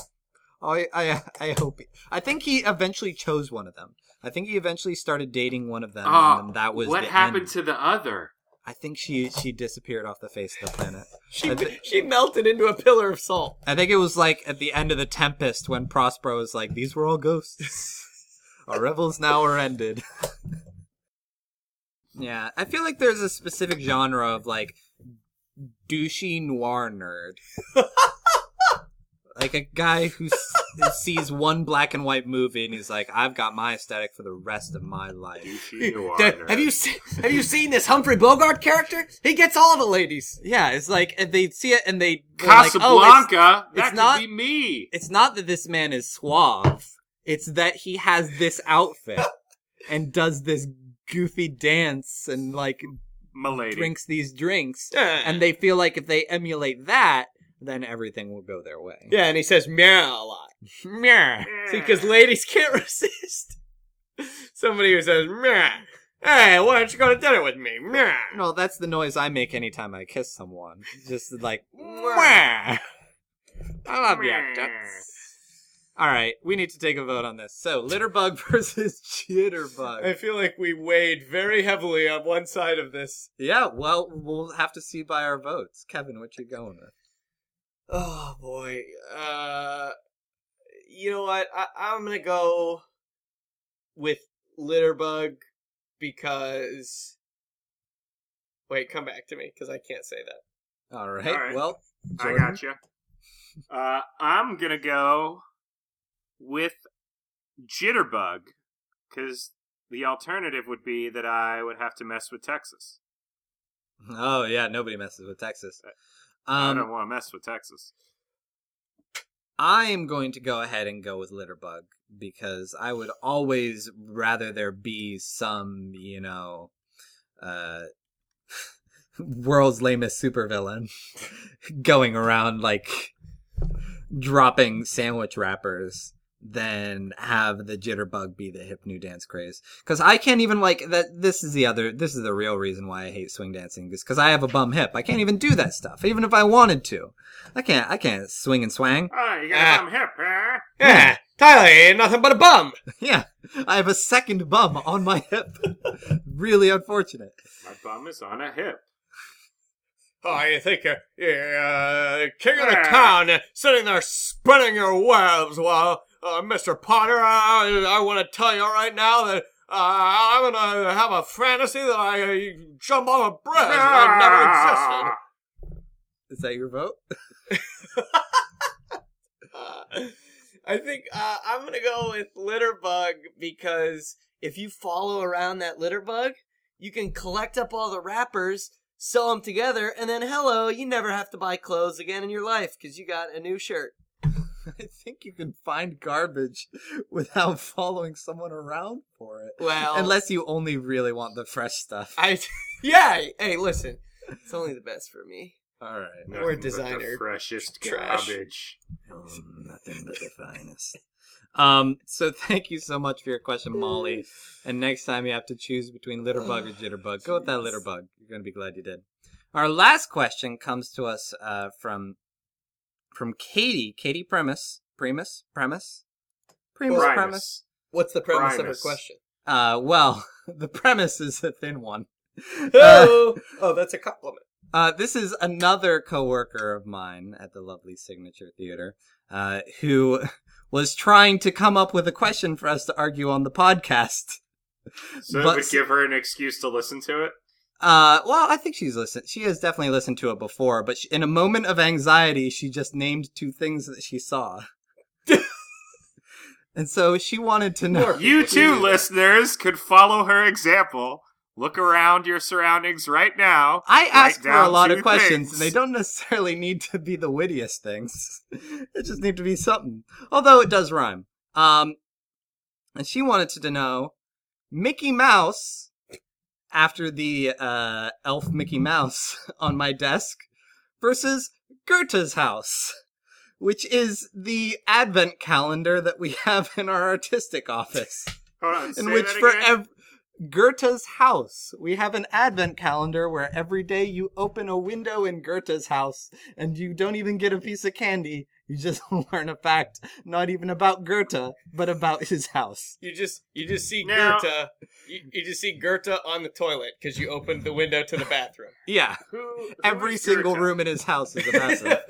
I I I hope. I think he eventually chose one of them. I think he eventually started dating one of them,
Ah,
and then that was
what
the
happened
end.
to the other?
I think she she disappeared off the face of the planet.
She
I thi-
she melted into a pillar of salt.
I think it was like at the end of the Tempest when Prospero was like, "These were all ghosts. Our revels now are ended." yeah, I feel like there's a specific genre of like douchey noir nerd, like a guy who s- sees one black and white movie and he's like, "I've got my aesthetic for the rest of my life."
Douchey noir nerd.
Have you seen Have you seen this Humphrey Bogart character? He gets all the ladies.
Yeah, it's like and they see it and they were like,
Casablanca?
"Oh, it's-
that
it's
could
not-
be me.
it's not that this man is suave. It's that he has this outfit and does this goofy dance and like
Milady.
drinks these drinks.
Yeah.
And they feel like if they emulate that, then everything will go their way.
yeah, and he says meow a lot.
Yeah.
because ladies can't resist. Somebody who says meow. Hey, why don't you go to dinner with me? Meow.
No, that's the noise I make anytime I kiss someone. Just like,
Mwah.
I love you. ducks. All right, we need to take a vote on this. So, litterbug versus jitterbug.
I feel like we weighed very heavily on one side of this.
Yeah, well, we'll have to see by our votes. Kevin, what you going with?
Oh boy. Uh you know what? I I'm going to go
with Litterbug because. Wait, come back to me because I can't say that.
All right.
All right.
Well,
I
Jordan,
gotcha. Uh, I'm gonna go with Jitterbug because the alternative would be that I would have to mess with Texas.
Oh yeah, nobody messes with Texas.
I don't
Um,
want to mess with Texas.
I am going to go ahead and go with Litterbug because I would always rather there be some, you know, uh, world's lamest supervillain going around like dropping sandwich wrappers than have the jitterbug be the hip new dance craze because i can't even like that this is the other this is the real reason why i hate swing dancing is because i have a bum hip i can't even do that stuff even if i wanted to i can't i can't swing and swang
Oh, you got
Ah.
a bum hip, huh?
Yeah, Tyler ain't nothing but a bum.
yeah i have a second bum on my hip really unfortunate
My bum is on a hip.
Oh, you think you're, you're uh, king of the
Ah.
town, uh, sitting there spinning your webs while uh, Mr. Potter, I, I want to tell you right now that uh, I'm going to have a fantasy that I uh, jump off a bridge that never
Ah.
existed.
is that your vote
Uh, I think uh, I'm gonna go with Litterbug because if you follow around that Litterbug, you can collect up all the wrappers, sew them together, and then hello, you never have to buy clothes again in your life because you got a new shirt.
I think you can find garbage without following someone around for it.
Well,
Unless you only really want the fresh stuff.
I yeah. Hey, listen, it's only the best for me.
All right.
Nothing
Or
but the
designer
freshest
trash.
garbage.
Um, nothing but the finest. Um, so thank you so much for your question, Molly. And next time you have to choose between litterbug or jitterbug, go with that litterbug. You're going to be glad you did. Our last question comes to us uh, from from Katie. Katie Premise. Premise? Premise? Premise? Premise?
Primus.
What's the premise of her
Primus.
question?
Uh, well, the premise is a thin one. Uh,
Oh, oh, that's a compliment.
uh, this is another coworker of mine at the lovely Signature Theater, uh, who was trying to come up with a question for us to argue on the podcast.
So
But-
it would give her an excuse to listen to it.
Uh, well, I think she's listened. She has definitely listened to it before, but she, in a moment of anxiety, she just named two things that she saw. and so she wanted to know.
You too, listeners, could follow her example. Look around your surroundings right now.
I ask her a
down
lot of
two
questions,
things.
and they don't necessarily need to be the wittiest things. They just need to be something. Although it does rhyme. Um, and she wanted to know Mickey Mouse after the uh, elf Mickey Mouse on my desk versus Goethe's house, which is the advent calendar that we have in our artistic office
Hold on, say
in which
that
for
again.
ev- Goethe's house, we have an advent calendar where every day you open a window in Goethe's house and you don't even get a piece of candy. You just learn a fact, not even about Goethe, but about his house.
You just you just see
Now-
Goethe, you, you just see Goethe on the toilet because you opened the window to the bathroom.
Yeah,
Who- who
every
is
single
Goethe?
room in his house is a massive.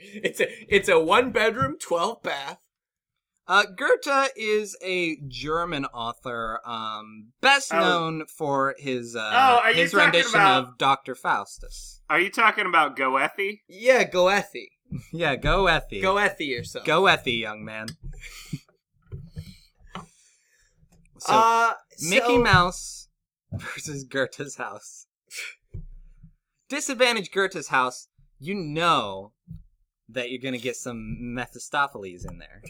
it's a it's a one bedroom, twelve bath.
Uh, Goethe is a German author, um, best
Oh.
known for his uh,
Oh, are you
his
talking
rendition
about-
of Doctor Faustus.
Are you talking about Goethe?
Yeah, Goethe.
Yeah, go E. Effie,
Goethe yourself.
go Effie, young man. so
uh,
Mickey
so-
Mouse versus Goethe's house. Disadvantage Goethe's house, you know that you're going to get some Mephistopheles in there.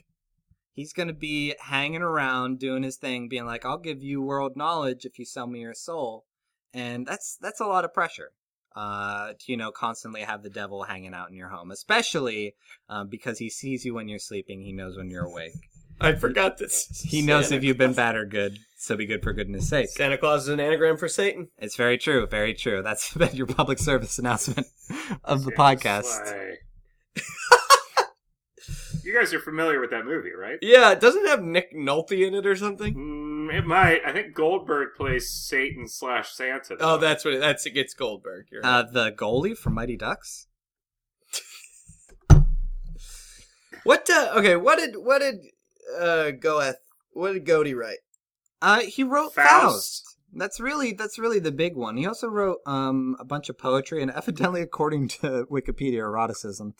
He's going to be hanging around doing his thing being like, "I'll give you world knowledge if you sell me your soul." And that's that's a lot of pressure. Uh, to, you know, constantly have the devil hanging out in your home, especially uh, because he sees you when you're sleeping. He knows when you're awake.
I forgot this.
He knows if you've been bad or good, so be good for goodness sake.
Santa Claus is an anagram for Satan.
It's very true, very true. That's been your public service announcement of the
Say,
podcast.
Sly. you guys are familiar with that movie, right?
Yeah, doesn't it have Nick Nolte in it or something?
Mm, it might. I think Goldberg plays Satan slash Santa.
Oh,
though.
that's what it, that's it gets Goldberg. You're right.
Uh, the goalie from Mighty Ducks.
uh,
What? Uh, okay. What did what did uh, Goeth? What did Goaty write?
Uh, he wrote Faust.
Faust.
That's really that's really the big one. He also wrote um a bunch of poetry and evidently, according to Wikipedia, eroticism.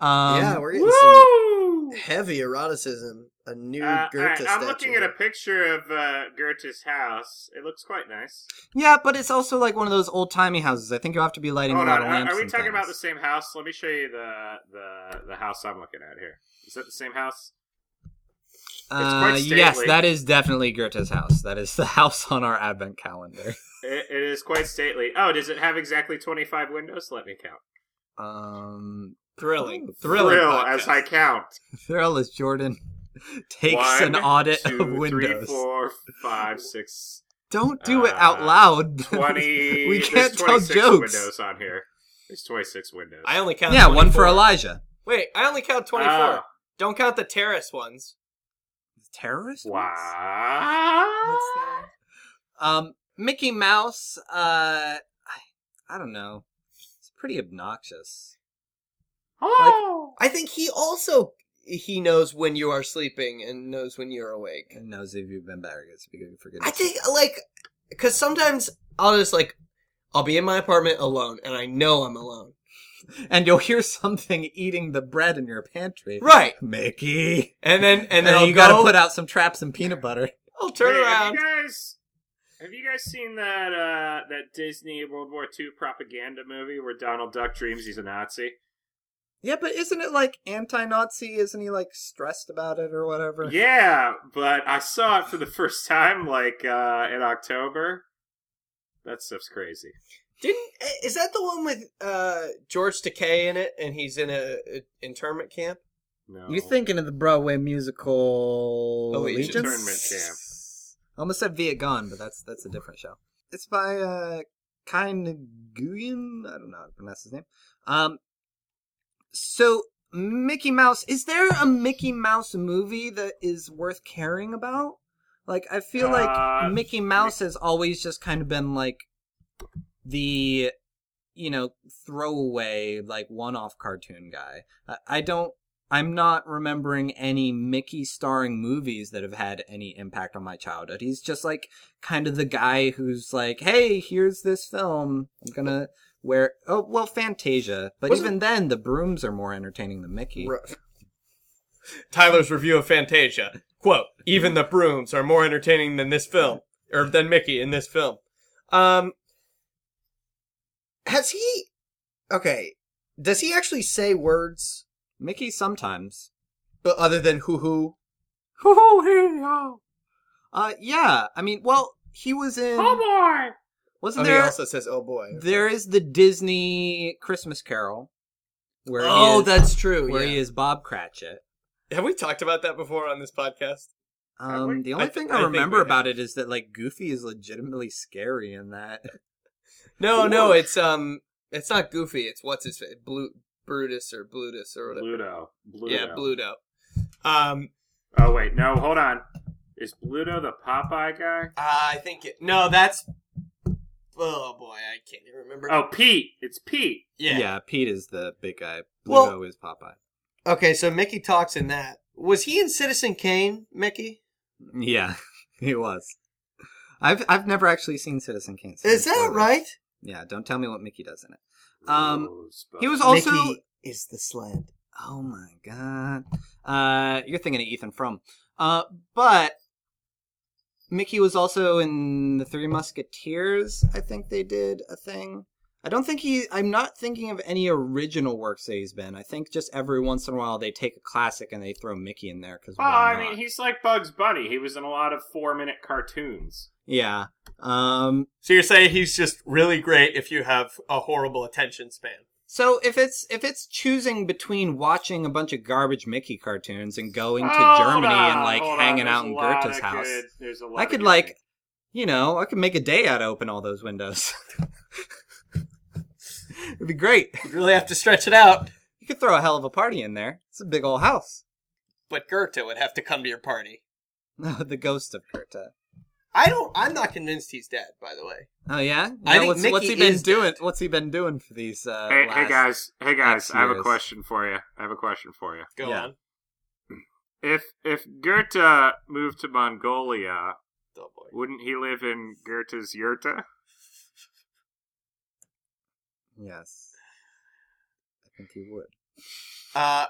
Um,
yeah, we're getting some
Woo!
heavy eroticism. A new
Uh, all
Goethe
right, I'm
statue.
looking at a picture of uh, Goethe's house. It looks quite nice.
yeah, but it's also like one of those old timey houses. I think you have to be lighting
Hold
a lot
on,
of
Oh, are,
lamps.
are we
and
talking about the
things.
same house? Let me show you the the the house I'm looking at here. Is that the same house? quite
Uh, yes,
stately.
that is definitely Goethe's house. That is the house on our advent calendar.
It, it is quite stately. Oh, does it have exactly 25 windows? Let me count.
Um,
Thrilling.
Thrill,
Thrilling.
Thrill
podcast.
as I count.
Thrill is Jordan takes an
One,
audit
two,
of windows.
Three, four, five, six,
Don't do it out
Uh,
loud.
20.
We can't
there's
tell
26
jokes.
windows on here. There's 26 windows.
I only count.
yeah, one for
24.
Elijah.
Wait, I only count twenty-four.
Oh.
Don't count the terrace ones.
Terrorist?
Wow.
Um, Mickey Mouse. Uh, I, I don't know. It's pretty obnoxious.
Oh.
I think he also he knows when you are sleeping and knows when you're awake.
And knows if you've been better. It's because you forget.
I think like because sometimes I'll just like I'll be in my apartment alone and I know I'm alone.
And you'll hear something eating the bread in your pantry.
Right.
Mickey.
And then and
And
then
then
I'll
you gotta
go,
put out some traps and peanut butter.
I'll Oh, turn
Hey,
around.
Have you guys, have you guys seen that uh, that Disney World War II propaganda movie where Donald Duck dreams he's a Nazi?
Yeah, but isn't it like anti-Nazi? Isn't he like stressed about it or whatever?
Yeah, but I saw it for the first time like uh, in October. That stuff's crazy.
Didn't is that the one with uh George Takei in it and he's in a, a internment camp?
No.
You're thinking of the Broadway musical
Allegiance.
Internment Camp.
I almost said Viet Gone, but that's that's a different show. It's by uh Kai Nguyen. I don't know how to pronounce his name. Um so Mickey Mouse, is there a Mickey Mouse movie that is worth caring about? Like I feel
Uh,
like Mickey Mouse has always just kind of been like the you know throwaway like one-off cartoon guy. I, I don't I'm not remembering any Mickey starring movies that have had any impact on my childhood. He's just like kind of the guy who's like, "Hey, here's this film. I'm gonna wear." Oh, well, Fantasia, but
Wasn't-
even then, the brooms are more entertaining than Mickey.
Ru-
Tyler's review of Fantasia. Quote, even the brooms are more entertaining than this film, or than Mickey in this film. Um,
Has he? Okay. Does he actually say words?
Mickey sometimes.
But other than hoo hoo.
Uh, yeah. I mean, well, he was in.
Oh
Oh,
boy!
Wasn't
he
there?
also says oh boy.
There is the Disney Christmas Carol, where
Oh,
he is,
that's true.
where
yeah.
he is Bob Cratchit.
have we talked about that before on this podcast?
Have we?
Um, the only
I th-
thing
I
I,
think we
remember
have.
about it is that like Goofy is legitimately scary in that.
No, no, it's um, it's not Goofy. It's what's his face, Blue Brutus or Blutus or whatever.
Pluto. Pluto.
Yeah, Bluto.
Um,
Oh wait, no, hold on. Is Bluto the Popeye guy?
I think it, no, that's
Oh boy, I can't even remember.
Oh, Pete. It's Pete.
yeah.
Pete is the big guy.
Well-
Pluto is Popeye.
Okay, so Mickey talks in that. Was he in Citizen Kane, Mickey?
Yeah, he was. I've I've never actually seen Citizen Kane. so
Is
I'm
that
sorry.
right?
Yeah, don't tell me what Mickey does in it. Um,
Rosebud.
He was also.
Mickey is the slant.
Oh my god. Uh, you're thinking of Ethan Frome. Uh, but Mickey was also in the Three Musketeers. I think they did a thing. I don't think he. I'm not thinking of any original works that he's been. I think just every once in a while they take a classic and they throw Mickey in there because.
Well, Oh, I mean, he's like Bugs Bunny. He was in a lot of four-minute cartoons.
yeah. Um.
So you're saying he's just really great if you have a horrible attention span.
So if it's if it's choosing between watching a bunch of garbage Mickey cartoons and going to
Hold
Germany
on,
and like
hold on.
hanging
There's
out
a
in
lot
Goethe's
of
house,
good- there's a lot
I
of
could
good
like,
things.
you know, I could make a day out of open all those windows. It'd be great.
You really have to stretch it out.
You could throw a hell of a party in there. It's a big old house.
But Goethe would have to come to your party.
the ghost of uh, Goethe.
I don't. I'm not convinced he's dead. By the way,
Oh yeah.
I
Yeah,
think
what's, what's he
Mickey
been
is
doing? What's he been doing for these? Uh,
Hey, hey
last-
guys, hey guys,
X
I have a
years.
question for you. I have a question for you.
Go
Yeah.
on.
If if Goethe moved to Mongolia,
Oh boy.
Wouldn't he live in Goethe's Yurta?
Yes. I think he would.
Uh,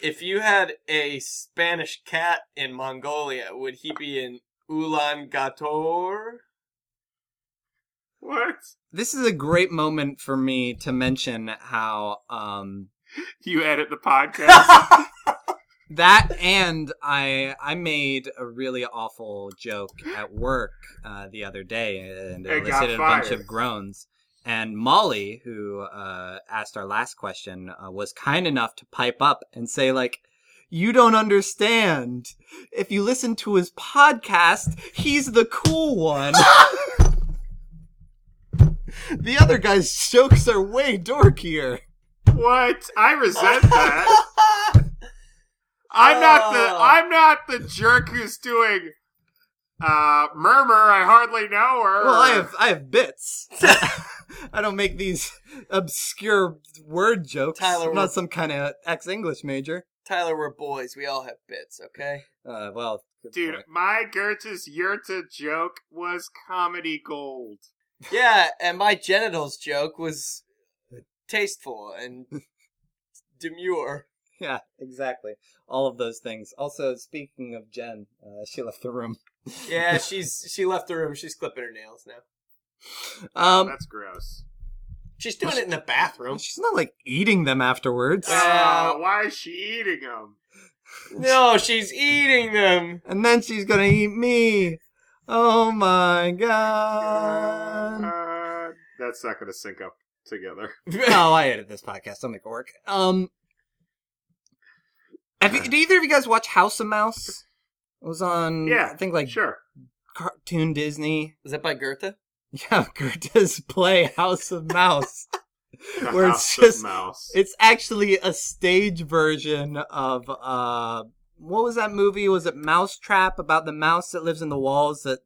if you had a Spanish cat in Mongolia, would he be in Ulaanbaatar?
What?
This is a great moment for me to mention how um
You edit the podcast?
that and I I made a really awful joke at work uh, the other day and it
It got
elicited a bunch
fired.
of groans. And Molly, who uh, asked our last question, uh, was kind enough to pipe up and say like. You don't understand. If you listen to his podcast, he's the cool one. the other guy's jokes are way dorkier.
what? I resent that. I'm not the I'm not the jerk who's doing uh murmur, I hardly know her.
Well, I have I have bits. I don't make these obscure word jokes.
Tyler,
I'm
we're-
not some kind of ex English major.
Tyler, we're boys. We all have bits, okay?
Uh, well, good
Dude,
point.
my Goethe's Yurta joke was comedy gold.
Yeah, and my genitals joke was tasteful and demure.
yeah, exactly. All of those things. Also, speaking of Jen, uh, she left the room.
Yeah, she's she left the room. She's clipping her nails now.
Um,
That's gross.
She's doing it in the bathroom.
she's not like eating them afterwards.
Uh, why is she eating them?
No, she's eating them.
And then she's gonna eat me. Oh my um, god.
Uh, that's not going to sync up together.
oh, I edit this podcast. I'll make it work. Um, have you, do either of you guys watch House of Mouse? It was on,
Yeah,
I think, like
sure.
Cartoon Disney.
Is that by Goethe?
Yeah, Goethe's play House of Mouse,
The
where it's
House of
just
mouse.
it's actually a stage version of uh, what was that movie? Was it Mousetrap about the mouse that lives in the walls that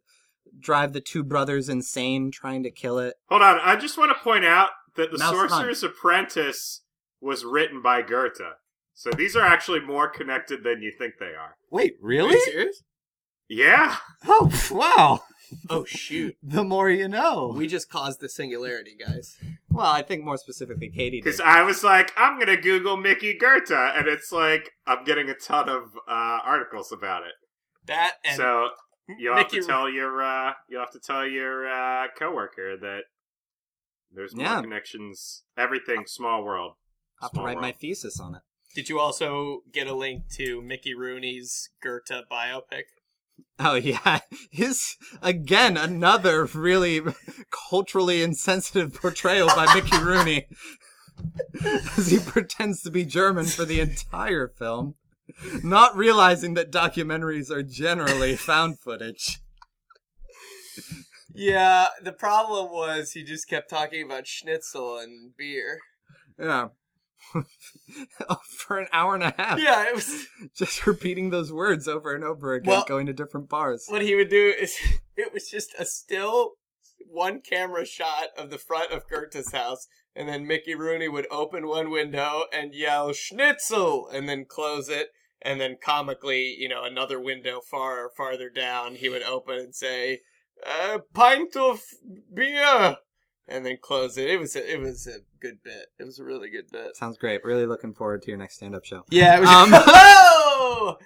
drive the two brothers insane trying to kill it?
Hold on, I just want to point out that the
Mouse Hunt.
Sorcerer's Apprentice was written by Goethe, so these are actually more connected than you think they are.
Wait,
Are
really?
you serious?
Yeah,
Oh, wow.
Oh shoot!
The more you know.
We just caused the singularity, guys.
Well, I think more specifically, Katie did.
because I was like, I'm gonna Google Mickey Goethe, and it's like I'm getting a ton of uh, articles about it.
That and
so you'll have to
Mickey-
tell your uh, you'll have to tell your uh, coworker that there's more
Yeah.
connections. Everything, small world.
I have to
Small
write my
world.
thesis on it.
did you also get a link to Mickey Rooney's Goethe biopic?
Oh yeah, his again another really culturally insensitive portrayal by Mickey Rooney, as he pretends to be German for the entire film, not realizing that documentaries are generally found footage.
Yeah, the problem was he just kept talking about schnitzel and beer.
Yeah. Oh, for an hour and a half,
Yeah, it was
just repeating those words over and over again,
Well-
going to different bars.
what he would do is it was just a still one camera shot of the front of Goethe's house, and then Mickey Rooney would open one window and yell schnitzel, and then close it, and then comically, you know, another window far farther down, he would open and say, "A pint of beer," and then close it. It was a, it was a good bit. It was a really good bit.
Sounds great. Really looking forward to your next stand-up show.
Yeah, it was.
Um,
oh!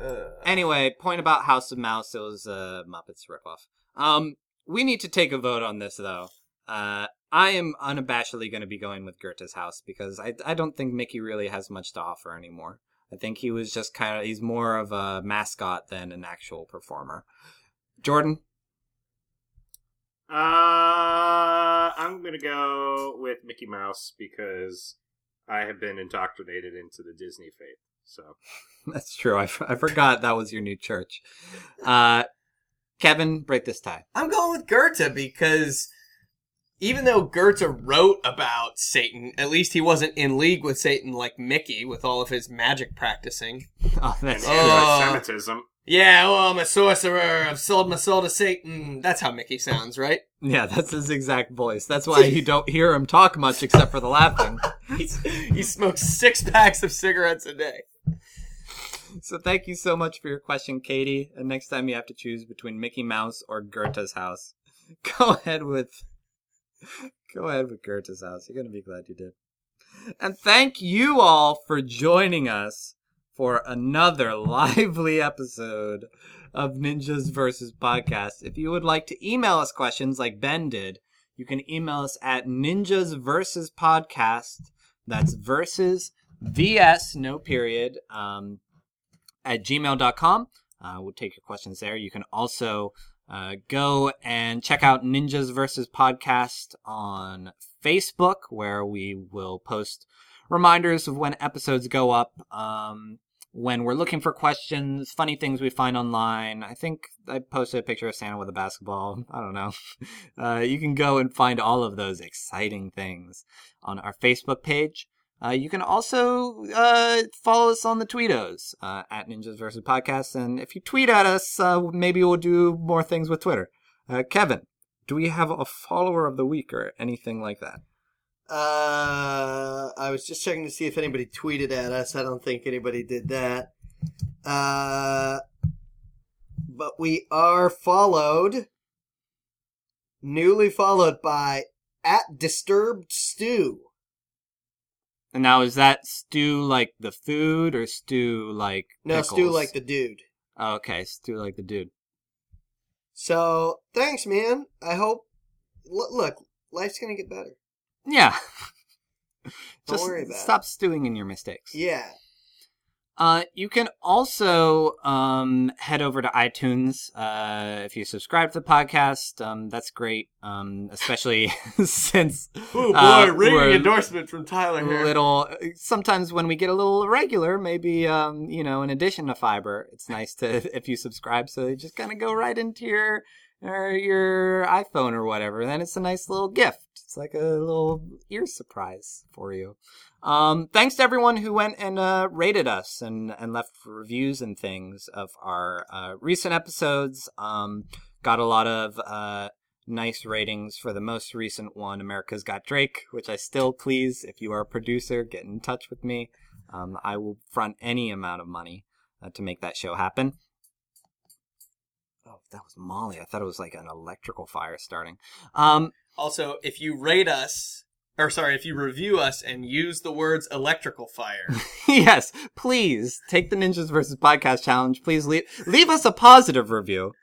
Uh,
Anyway, point about House of Mouse, it was a Muppets ripoff. Um, we need to take a vote on this, though. Uh, I am unabashedly going to be going with Goethe's house because I, I don't think Mickey really has much to offer anymore. I think he was just kind of, he's more of a mascot than an actual performer. Jordan?
Uh, I'm gonna go with Mickey Mouse because I have been indoctrinated into the Disney faith. So
That's true. I, f- I forgot that was your new church. Uh, Kevin, break this tie.
I'm going with Goethe because even though Goethe wrote about Satan, at least he wasn't in league with Satan like Mickey with all of his magic practicing.
Oh,
and
that's
anti-Semitism.
Yeah, well, I'm a sorcerer. I've sold my soul to Satan. That's how Mickey sounds, right?
yeah, that's his exact voice. That's why you don't hear him talk much except for the laughing.
He's, he smokes six packs of cigarettes a day.
So thank you so much for your question, Katie. And next time you have to choose between Mickey Mouse or Goethe's house, go ahead with go ahead with Goethe's house. You're gonna be glad you did. And thank you all for joining us for another lively episode of Ninjas versus Podcast. If you would like to email us questions like Ben did, you can email us at ninjas versus podcast. That's versus vs no period um, at gmail.com. Uh, we'll take your questions there. You can also uh, go and check out Ninjas versus Podcast on Facebook, where we will post reminders of when episodes go up. Um, when we're looking for questions, funny things we find online. I think I posted a picture of Santa with a basketball. I don't know. Uh, you can go and find all of those exciting things on our Facebook page. Uh, you can also uh, follow us on the tweetos uh, at Ninjas versus Podcast, and if you tweet at us, uh, maybe we'll do more things with Twitter. Uh, Kevin, do we have a follower of the week or anything like that?
Uh, I was just checking to see if anybody tweeted at us. I don't think anybody did that. Uh, but we are followed, newly followed by at disturbed stew.
And now is that stew like the food or stew like
No,
pickles?
stew like the dude.
oh, okay stew like the dude.
So thanks, man. I hope. Look, look life's gonna get better.
Yeah.
Don't
Just
worry about it.
stop stewing in your mistakes.
Yeah.
Uh, you can also um, head over to iTunes uh, if you subscribe to the podcast. Um, that's great, um, especially since
Oh boy,
Uh, we're-
ringing endorsement from Tyler here.
little. Sometimes when we get a little irregular, maybe um, you know, in addition to fiber, it's nice to if you subscribe, so they just kind of go right into your or your iPhone or whatever. Then it's a nice little gift. It's like a little ear surprise for you. Um, thanks to everyone who went and uh, rated us and, and left reviews and things of our uh, recent episodes. Um, got a lot of uh, nice ratings for the most recent one, America's Got Drake, which I still please. If you are a producer, get in touch with me. Um, I will front any amount of money uh, to make that show happen. Oh, that was Molly. I thought it was like an electrical fire starting. Um,
Also, if you rate us, or sorry, if you review us and use the words electrical fire,
yes, please take the Ninjas versus Podcast challenge. Please leave leave us a positive review.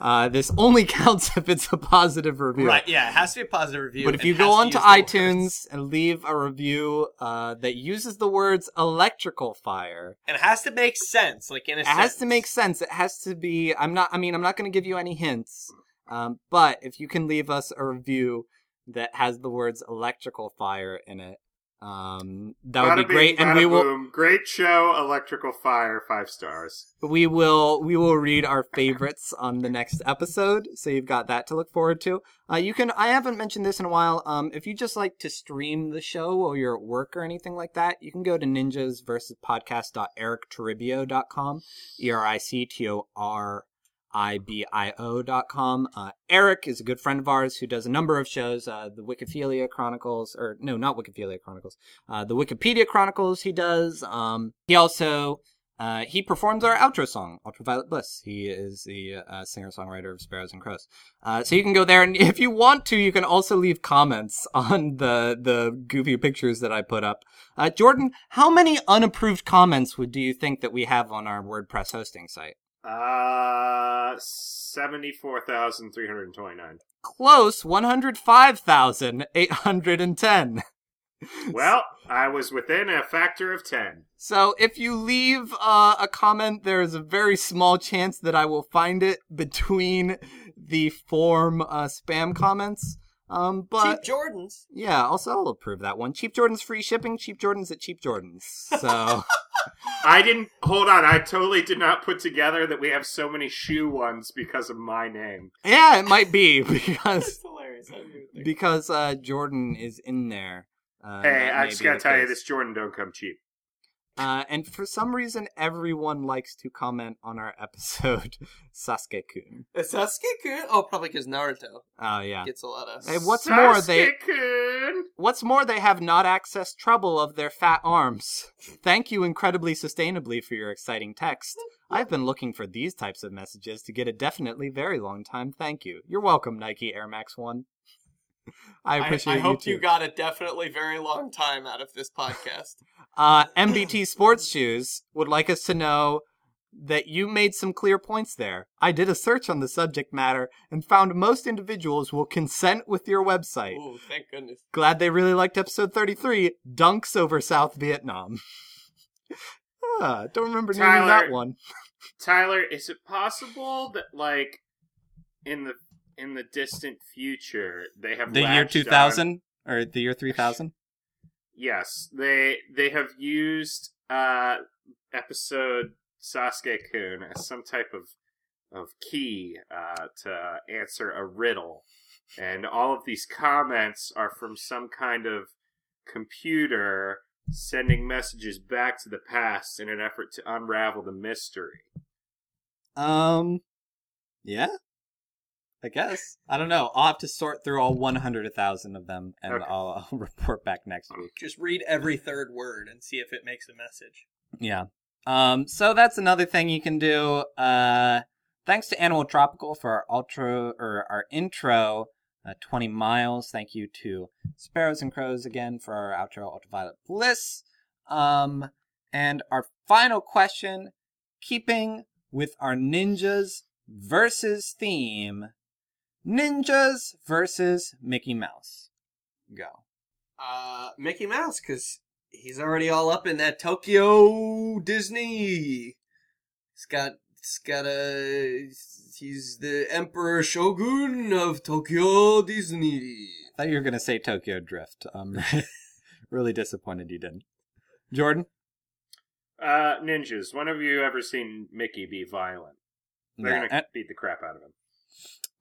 Uh, this only counts if it's a positive review.
right? Yeah, it has to be a positive review.
But if
and
you
has
go
to
onto
use the
iTunes
words.
and leave a review uh, that uses the words electrical fire,
and it has to make sense, like in a
it has to make sense. It has to be. I'm not. I mean, I'm not going to give you any hints. Um, but if you can leave us a review that has the words electrical fire in it, um, that would be
Bada bing,
great. And
bada
we will.
boom. Great show, Electrical Fire, five stars.
we will we will read our favorites on the next episode so you've got that to look forward to uh, you can i haven't mentioned this in a while um, if you just like to stream the show or you're at work or anything like that you can go to ninjas versus podcast.erictoribio.com e-r-i-c-t-o-r I-B-I-O.com. Uh, Eric is a good friend of ours who does a number of shows, uh, the Wikiphilia Chronicles, or no, not Wikiphilia Chronicles, uh, the Wikipedia Chronicles he does. Um, he also, uh, he performs our outro song, Ultraviolet Bliss. He is the uh, singer-songwriter of Sparrows and Crows. Uh, so you can go there, and if you want to, you can also leave comments on the the goofy pictures that I put up. Uh, Jordan, how many unapproved comments would do you think that we have on our WordPress hosting site?
Uh, 74,329.
Close, one hundred five thousand eight hundred and ten.
Well, I was within a factor of 10.
So if you leave uh, a comment, there is a very small chance that I will find it between the form uh, spam comments. Um, but
Cheap Jordans.
yeah, also I'll approve that one. Cheap Jordan's free shipping. Cheap Jordan's at Cheap Jordan's. So
I didn't. Hold on. I totally did not put together that we have so many shoe ones because of my name.
yeah, it might be because
hilarious. I agree with that.
because uh, Jordan is in there. Uh,
hey,
that
I
may
just
be
got to
the
tell you,
case.
this Jordan don't come cheap.
Uh, and for some reason, everyone likes to comment on our episode, Sasuke Kun.
Sasuke-kun? Oh, probably because Naruto
Oh, yeah.
gets a lot of.
And what's more, they
Sasuke-kun!
what's more, they have not accessed trouble of their fat arms. Thank you incredibly sustainably for your exciting text. I've been looking for these types of messages to get a definitely very long time. Thank you. You're welcome, Nike Air Max One. I
I,
appreciate
I hope
you,
you
too.
got a definitely very long time out of this podcast.
Uh, MBT Sports Shoes would like us to know that you made some clear points there. I did a search on the subject matter and found most individuals will consent with your website.
Ooh, thank goodness.
Glad they really liked episode 33 Dunks over South Vietnam. ah, don't remember naming that
Tyler.
one.
Tyler, is it possible that like in the in the distant future they have latched on-
or the year 3000?
yes, they they have used uh episode Sasuke Kun as some type of of key uh, to answer a riddle, and all of these comments are from some kind of computer sending messages back to the past in an effort to unravel the mystery.
Um, yeah. I guess. I don't know. I'll have to sort through all 100,000 of them and
Okay.
I'll, I'll report back next week.
Just read every third word and see if it makes a message.
Yeah. Um, so that's another thing you can do. Uh, thanks to Animal Tropical for our ultra or our intro, uh, 20 miles. Thank you to Sparrows and Crows again for our outro, Ultraviolet Bliss. Um, and our final question, keeping with our ninjas versus theme, ninjas versus Mickey Mouse. Go.
Uh, Mickey Mouse, because he's already all up in that Tokyo Disney.
He's got, he's got a, he's the Emperor Shogun of Tokyo Disney.
I thought you were gonna say Tokyo Drift. I'm really disappointed you didn't. Jordan.
Uh, ninjas. When have you ever seen Mickey be violent? They're
No.
gonna beat the crap out of him.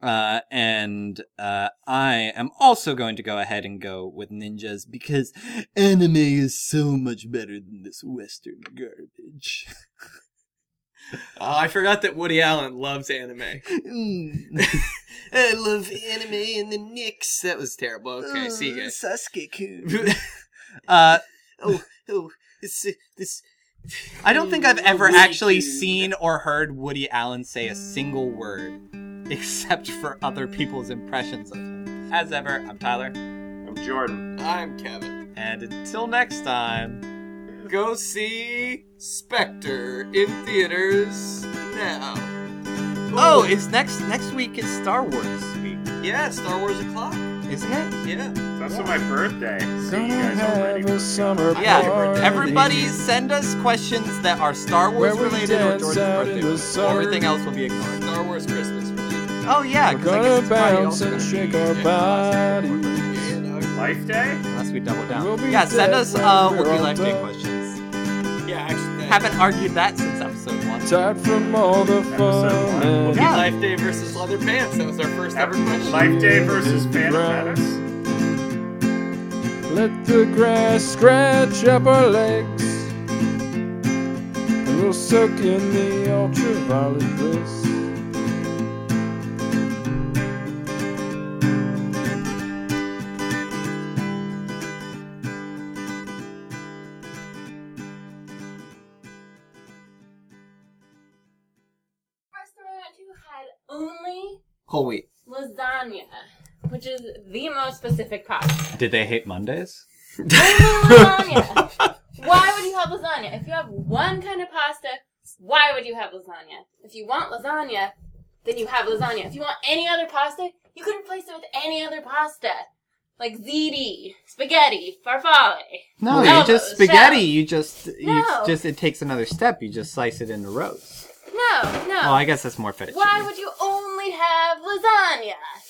Uh, and uh, I am also going to go ahead and go with ninjas because anime is so much better than this Western garbage.
Uh, I forgot that Woody Allen loves anime.
I love anime and the Knicks. That was terrible. Okay, see you guys.
Uh, Sasuke-kun. uh,
Oh, This, this,
I don't think I've ever actually seen or heard Woody Allen say a single word, except for other people's impressions of him. As ever, I'm Tyler,
I'm Jordan.
I'm Kevin.
and until next time.
Go see Spectre in theaters now.
Oh, it's next next week is Star Wars week,
Yeah, Star Wars o'clock.
isn't it?
Yeah.
It's also my birthday. So you
Gonna
guys all ready
have
for
a summer party.
Yeah. Everybody send us questions that are Star
Where
Wars
we
related or
dance
Jordan's
out in
birthday.
the
related.
sun.
Everything else will be ignored.
Star Wars Christmas. Really.
Oh yeah,
We're
because I guess
gonna
it's probably
bounce
also
and
gonna
shake
be
our
next
bodies.
Yeah, no,
Life Day?
Unless we double down.
We'll be
yeah, send
dead
us
when
uh,
we're
Wookiee
all
Life Day
done.
questions.
Yeah, actually, that-
Haven't argued that since episode one.
Tired from all the fun.
Episode one.
and
Yeah.
Life Day versus Leather Pants. That was our first ever question.
Life Day versus Phantom
Right.
Menace?
Let the grass scratch up our legs. And we'll soak in the ultraviolet bliss.
restaurant who had only
Whole wheat.
lasagna, which is the most specific pasta.
Did they hate Mondays?
Only lasagna. why would you have lasagna? If you have one kind of pasta, why would you have lasagna? If you want lasagna, then you have lasagna. If you want any other pasta, you could replace it with any other pasta. Like ziti, spaghetti, farfalle.
No,
No,
you just
but-
spaghetti. You just you
No.
just it takes another step. You just slice it into rows.
No, no.
Well, I guess that's more fettuccine.
why would you only have lasagna?